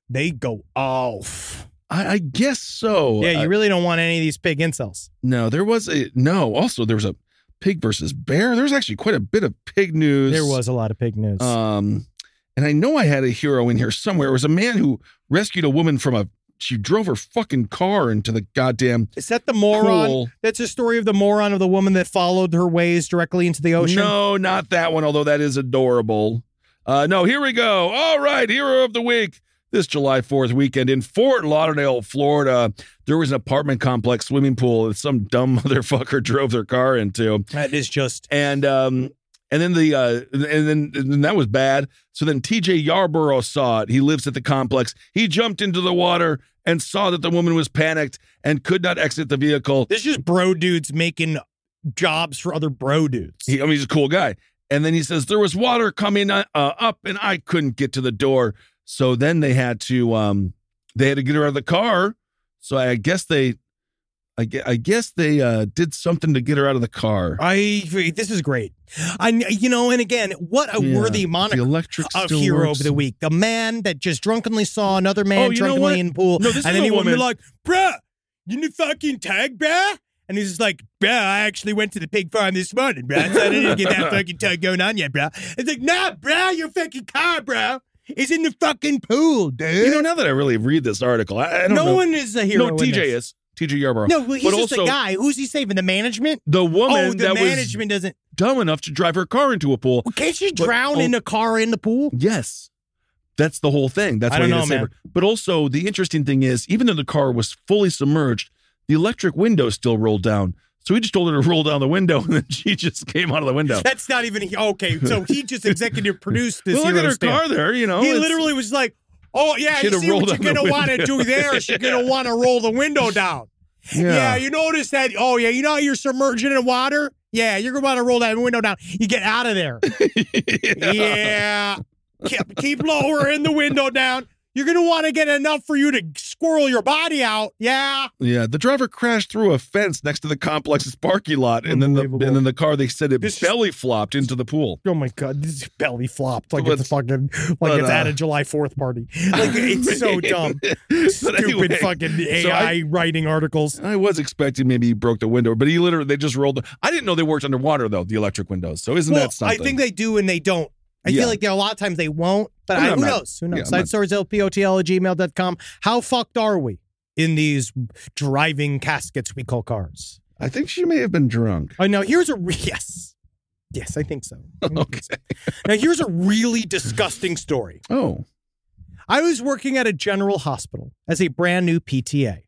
S2: they go off.
S7: I, I guess so.
S2: yeah,
S7: I-
S2: you really don't want any of these pig incels.
S7: no, there was a no. Also, there was a pig versus bear. There was actually quite a bit of pig news.
S2: There was a lot of pig news.
S7: Um, and I know I had a hero in here somewhere. It was a man who rescued a woman from a. She drove her fucking car into the goddamn.
S2: is that the moron?
S7: Cool.
S2: That's a story of the moron of the woman that followed her ways directly into the ocean.
S7: No, not that one. Although that is adorable. Uh, no, here we go. All right, hero of the week. This July 4th weekend in Fort Lauderdale, Florida, there was an apartment complex swimming pool that some dumb motherfucker drove their car into.
S2: That is just
S7: and um and then the uh and then and then that was bad so then tj yarborough saw it he lives at the complex he jumped into the water and saw that the woman was panicked and could not exit the vehicle
S2: this is just bro dudes making jobs for other bro dudes.
S7: he, i mean he's a cool guy and then he says there was water coming uh, up and i couldn't get to the door so then they had to um they had to get her out of the car so i guess they I gue- I guess they uh, did something to get her out of the car.
S2: I this is great. I you know, and again, what a
S7: Yeah,
S2: worthy
S7: The
S2: moniker
S7: electric
S2: of
S7: still
S2: hero
S7: works.
S2: of the week. The man that just drunkenly saw another
S7: Oh,
S2: man
S7: you know what?
S2: drunkenly in the pool,
S7: No, this is
S2: and then
S7: a
S2: he would be
S7: woman.
S2: like, "Bruh, you need fucking tag, bruh." And he's just like, bruh, I actually went to the pig farm this morning, bruh. So I didn't get that fucking tug going on yet, bruh. It's like, nah, bruh, your fucking car, bruh, is in the fucking pool, dude.
S7: You know, now that I really read this article, I, I don't
S2: no
S7: know.
S2: one is a hero.
S7: no,
S2: in
S7: TJ
S2: this.
S7: is. TJ Yarborough.
S2: No, well, he's
S7: but
S2: just
S7: also
S2: a guy. Who's he saving? The management?
S7: the woman
S2: oh, the
S7: that
S2: management doesn't.
S7: was dumb enough to drive her car into a pool.
S2: Well, can't you
S7: But-
S2: drown in
S7: oh.
S2: a car in the pool?
S7: Yes. That's the whole thing. That's
S2: I
S7: why
S2: don't
S7: you had
S2: know,
S7: to save
S2: man.
S7: her. But also, the interesting thing is, even though the car was fully submerged, the electric window still rolled down. So he just told her to roll down the window, and then she just came out of the window.
S2: That's not even okay. So he just executive produced this.
S7: Well, look at
S2: hero
S7: her
S2: stamp.
S7: car there. You know,
S2: He
S7: it's-
S2: literally was like, "Oh yeah,
S7: Shoulda
S2: you see
S7: rolled
S2: what
S7: down the
S2: you're gonna want to
S7: window."
S2: do there? She's gonna want to roll the window down. Yeah. you notice that? Oh yeah, you know how you're submerging in water. Yeah, you're gonna want to roll that window down. You get out of there.
S7: yeah.
S2: yeah, keep, keep lowering the window down. You're gonna want to get enough for you to squirrel your body out. Yeah.
S7: Yeah, the driver crashed through a fence next to the complex's parking lot, and then the and
S2: Unbelievable.
S7: then the car they said it
S2: This is-
S7: belly flopped into the pool.
S2: Oh my god, this is belly flopped like
S7: But-
S2: it's a fucking like
S7: but,
S2: it's at
S7: uh,
S2: a July Fourth party. Like it's so dumb.
S7: But
S2: Stupid
S7: anyway,
S2: fucking AI
S7: so I-
S2: writing articles.
S7: I was expecting maybe he broke the window, but he literally they just rolled. The, I didn't know they worked underwater though, the electric windows. So isn't
S2: well,
S7: that something?
S2: I think they do and they don't. I
S7: Yeah.
S2: feel like there are a lot of times they won't, but
S7: I'm
S2: I,
S7: not
S2: who
S7: mad.
S2: knows? Who knows?
S7: Yeah, I'm
S2: Side
S7: not-
S2: stories LPOTL at gmail.com. How fucked are we in these driving caskets we call cars?
S7: I think she may have been drunk.
S2: Oh, now here's a re- yes. Yes, I think so. I think
S7: Okay.
S2: so. Now here's a really disgusting story.
S7: Oh,
S2: I was working at a general hospital as a brand new PTA.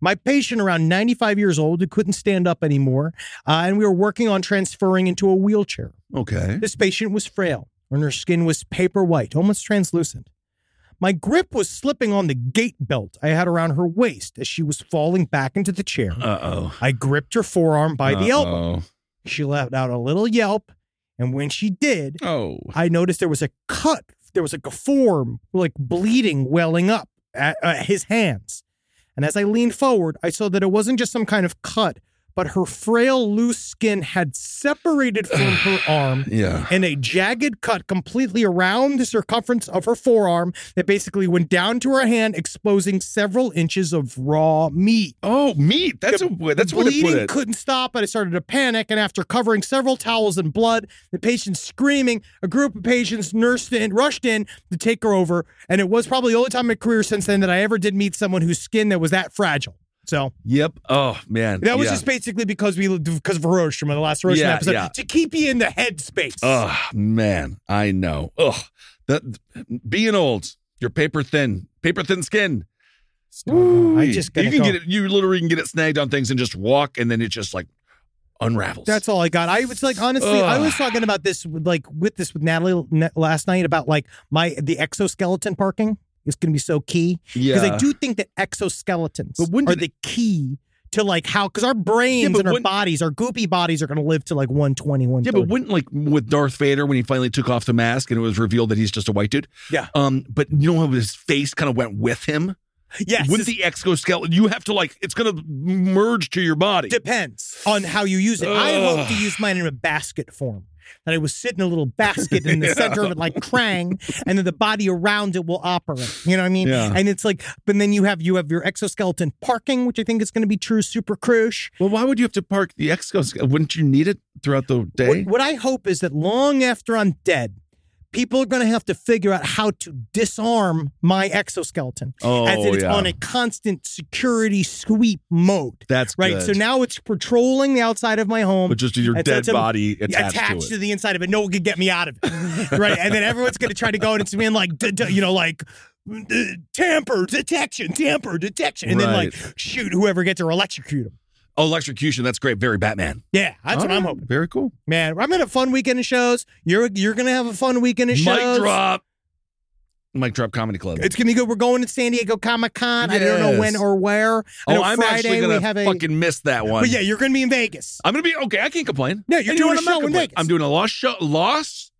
S2: My patient, around 95 years old, who couldn't stand up anymore, uh, and we were working on transferring into a wheelchair.
S7: okay.
S2: This patient was frail, and her skin was paper white, almost translucent. My grip was slipping on the gate belt I had around her waist as she was falling back into the chair.
S7: Uh oh.
S2: I gripped her forearm by the elbow. She let out a little yelp, and when she did,
S7: Oh.
S2: I noticed there was a cut. There was like a form, like bleeding welling up at, at his hands. And as I leaned forward, I saw that it wasn't just some kind of cut, but her frail, loose skin had separated from her arm
S7: Yeah.
S2: in a jagged cut completely around the circumference of her forearm that basically went down to her hand, exposing several inches of raw meat.
S7: Oh, meat. That's
S2: The-
S7: a way- that's
S2: the
S7: where they
S2: bleeding
S7: put it.
S2: couldn't stop, and I started to panic. And after covering several towels in blood, the patient screaming, a group of patients nursed in, rushed in to take her over. And it was probably the only time in my career since then that I ever did meet someone whose skin that was that fragile. So
S7: Yep. Oh man.
S2: that was
S7: Yeah.
S2: just basically because we because of Hiroshima, the last Hiroshima
S7: Yeah,
S2: episode,
S7: yeah.
S2: to keep you in the headspace.
S7: Oh man, I know. Ugh, that being old, you're paper thin, paper thin skin.
S2: I
S7: Whee!
S2: just
S7: you
S2: gotta
S7: can
S2: go.
S7: get it. You literally can get it snagged on things and just walk, and then it just like unravels.
S2: That's all I got. I was like, honestly, I was talking about this, with, like with this with Natalie n- last night about like my the exoskeleton parking is going to be so key because
S7: Yeah.
S2: I do think that exoskeletons
S7: But when
S2: are
S7: did-
S2: the key to like how because our brains
S7: but
S2: and our
S7: when-
S2: bodies, our goopy bodies, are going to live to like 120,
S7: Yeah, but
S2: 130.
S7: wouldn't like with Darth Vader when he finally took off the mask and it was revealed that he's just a white dude?
S2: Yeah.
S7: Um, but you know how his face kind of went with him?
S2: yes,
S7: Wouldn't
S2: this
S7: the exoskeleton you have to like it's gonna merge to your body.
S2: depends on how you use it. I hope to use mine in a basket form. That I was sitting in a little basket in the
S7: Yeah.
S2: center of it like Krang, and then the body around it will operate. You know what I mean?
S7: Yeah.
S2: And it's like, but then you have you have your exoskeleton parking, which I think is going to be true super crush.
S7: well, why would you have to park the exoskeleton? Wouldn't you need it throughout the day?
S2: What, what I hope is that long after I'm dead, people are going to have to figure out how to disarm my exoskeleton,
S7: Oh,
S2: as it's
S7: yeah.
S2: on a constant security sweep mode.
S7: That's
S2: right.
S7: good.
S2: So now it's patrolling the outside of my home,
S7: But just your
S2: It's-
S7: dead
S2: it's a-
S7: body attached,
S2: attached
S7: to
S2: to
S7: it.
S2: the inside of it. No one can get me out of it. right. And then everyone's going to try to go in and spin like, d- d- you know, like uh, tamper detection, tamper detection. And then like, shoot, whoever gets her, electrocute them.
S7: oh, electrocution. That's great. Very Batman.
S2: Yeah, that's what
S7: All
S2: I'm
S7: right.
S2: hoping.
S7: Very cool.
S2: Man, I'm gonna have a fun weekend of shows. You're you're gonna have a fun weekend of shows.
S7: Mic drop. Mic drop comedy club.
S2: It's gonna be good. We're going to San Diego Comic Con. I don't know when
S7: Yes.
S2: or where. I
S7: oh,
S2: know
S7: I'm
S2: Friday
S7: actually gonna
S2: we have a
S7: fucking miss that one.
S2: But yeah, you're gonna be in Vegas.
S7: I'm gonna be okay. I can't complain.
S2: No, you're
S7: And you know
S2: doing
S7: what?
S2: a
S7: I'm not
S2: show in
S7: complaining.
S2: Vegas.
S7: I'm doing a Las show, Las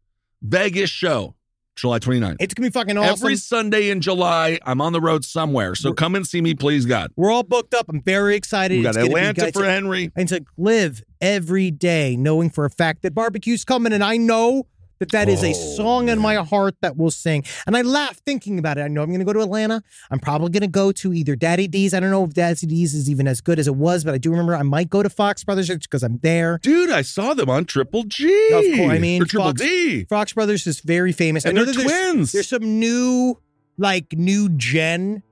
S7: Vegas show, July 29th.
S2: It's gonna be fucking awesome.
S7: Every Sunday in July, I'm on the road somewhere. So come and see me, please, God.
S2: We're all booked up. I'm very excited.
S7: We got
S2: It's gonna be-
S7: Atlanta
S2: guys,
S7: for Henry.
S2: and to live every day knowing for a fact that barbecue's coming and I know that that is a song in my heart that will sing. And I laugh thinking about it. I know I'm going to go to Atlanta. I'm probably going to go to either Daddy D's. I don't know if Daddy D's is even as good as it was, but I do remember I might go to Fox Brothers because I'm there.
S7: Dude, I saw them on Triple G.
S2: Of course, I mean,
S7: or Triple
S2: Fox-
S7: D.
S2: Fox Brothers is very famous.
S7: And
S2: I know
S7: they're
S2: that there's-
S7: twins.
S2: There's some new, like new gen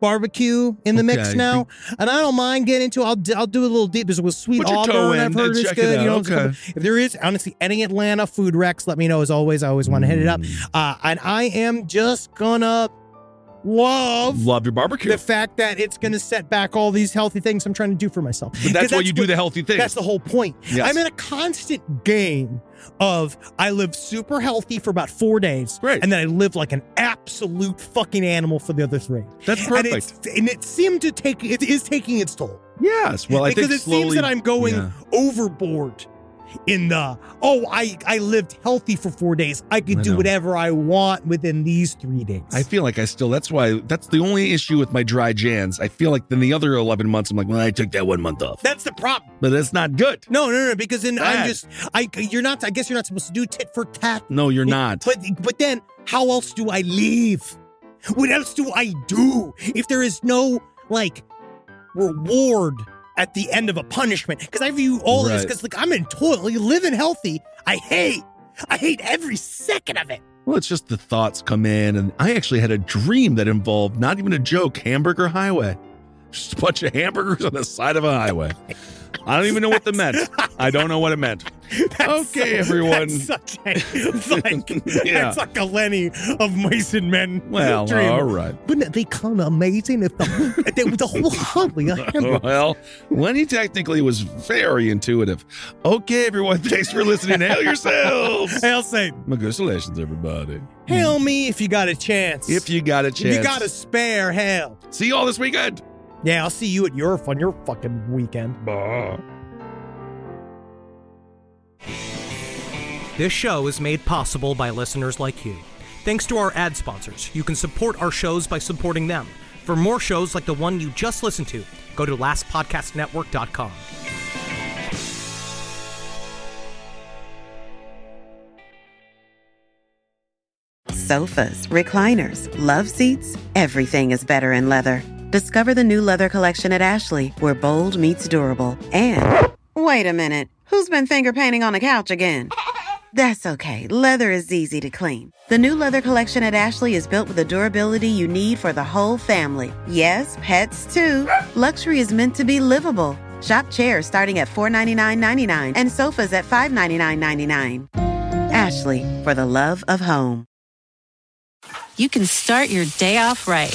S2: barbecue in the mix
S7: Okay.
S2: now, and I don't mind getting into. it. I'll d- I'll do a little deep. There's with sweet
S7: Put your toe
S2: Auburn.
S7: in
S2: I've heard
S7: and
S2: it's
S7: check it
S2: good.
S7: out.
S2: You know, it's
S7: Okay.
S2: coming- if there is honestly any Atlanta food wrecks, let me know. As always, I always want to hit it up.
S7: Mm.
S2: Uh, and I am just gonna love.
S7: Love your barbecue.
S2: the fact that it's going to set back all these healthy things I'm trying to do for myself.
S7: But that's
S2: 'Cause
S7: why you do the healthy things.
S2: That's the whole point.
S7: Yes.
S2: I'm in a constant game of I live super healthy for about four days,
S7: Right.
S2: and then I live like an absolute fucking animal for the other three.
S7: That's
S2: And, it's, and it seemed to take it is taking its toll
S7: yes. Well, I
S2: because
S7: think
S2: it
S7: slowly,
S2: seems that I'm going
S7: Yeah.
S2: overboard in the oh I I lived healthy for four days. I could
S7: I
S2: do
S7: know.
S2: whatever I want within these three days.
S7: I feel like I still. That's why. That's the only issue with my dry Jans. I feel like then the other eleven months, I'm like, well, I took that one month off,
S2: that's the problem.
S7: but that's not good.
S2: No, no, no, because then I'm
S7: Bad.
S2: just I you're not I guess you're not supposed to do tit for tat.
S7: No, you're not.
S2: But but then how else do I leave? What else do I do if there is no like reward at the end of a punishment? Because I view all of this
S7: Right.
S2: because like I'm in toil, like, living healthy. I hate, I hate every second of it.
S7: Well, it's just the thoughts come in, and I actually had a dream that involved not even a joke hamburger highway. Just a bunch of hamburgers on the side of a highway. I don't even know what that meant. I don't know what it meant.
S2: That's
S7: Okay, everyone.
S2: That's such a like,
S7: Yeah.
S2: that's like a Lenny of Mason Men.
S7: Well,
S2: dream.
S7: all right.
S2: Wouldn't it be kind of amazing if the whole, if there was a whole hobby of hamburgers?
S7: Well, Lenny technically was very intuitive. Okay, everyone, thanks for listening. Hail yourselves.
S2: Hail Satan.
S7: Congratulations, everybody.
S2: Hail me if you got a chance.
S7: If you got a
S2: If you
S7: chance.
S2: got a spare hell.
S7: See you all this weekend.
S2: Yeah, I'll see you at your fun your fucking weekend.
S11: This show is made possible by listeners like you. Thanks to our ad sponsors, you can support our shows by supporting them. For more shows like the one you just listened to, go to lastpodcastnetwork.com.
S12: Sofas, recliners, love seats, everything is better in leather. Discover the new leather collection at Ashley, where bold meets durable. And wait a minute, who's been finger painting on the couch again? That's okay, leather is easy to clean. The new leather collection at Ashley is built with the durability you need for the whole family. Yes, pets too. Luxury is meant to be livable. Shop chairs starting at $499.99 and sofas at $599.99. Ashley, for the love of home.
S13: you can start your day off right.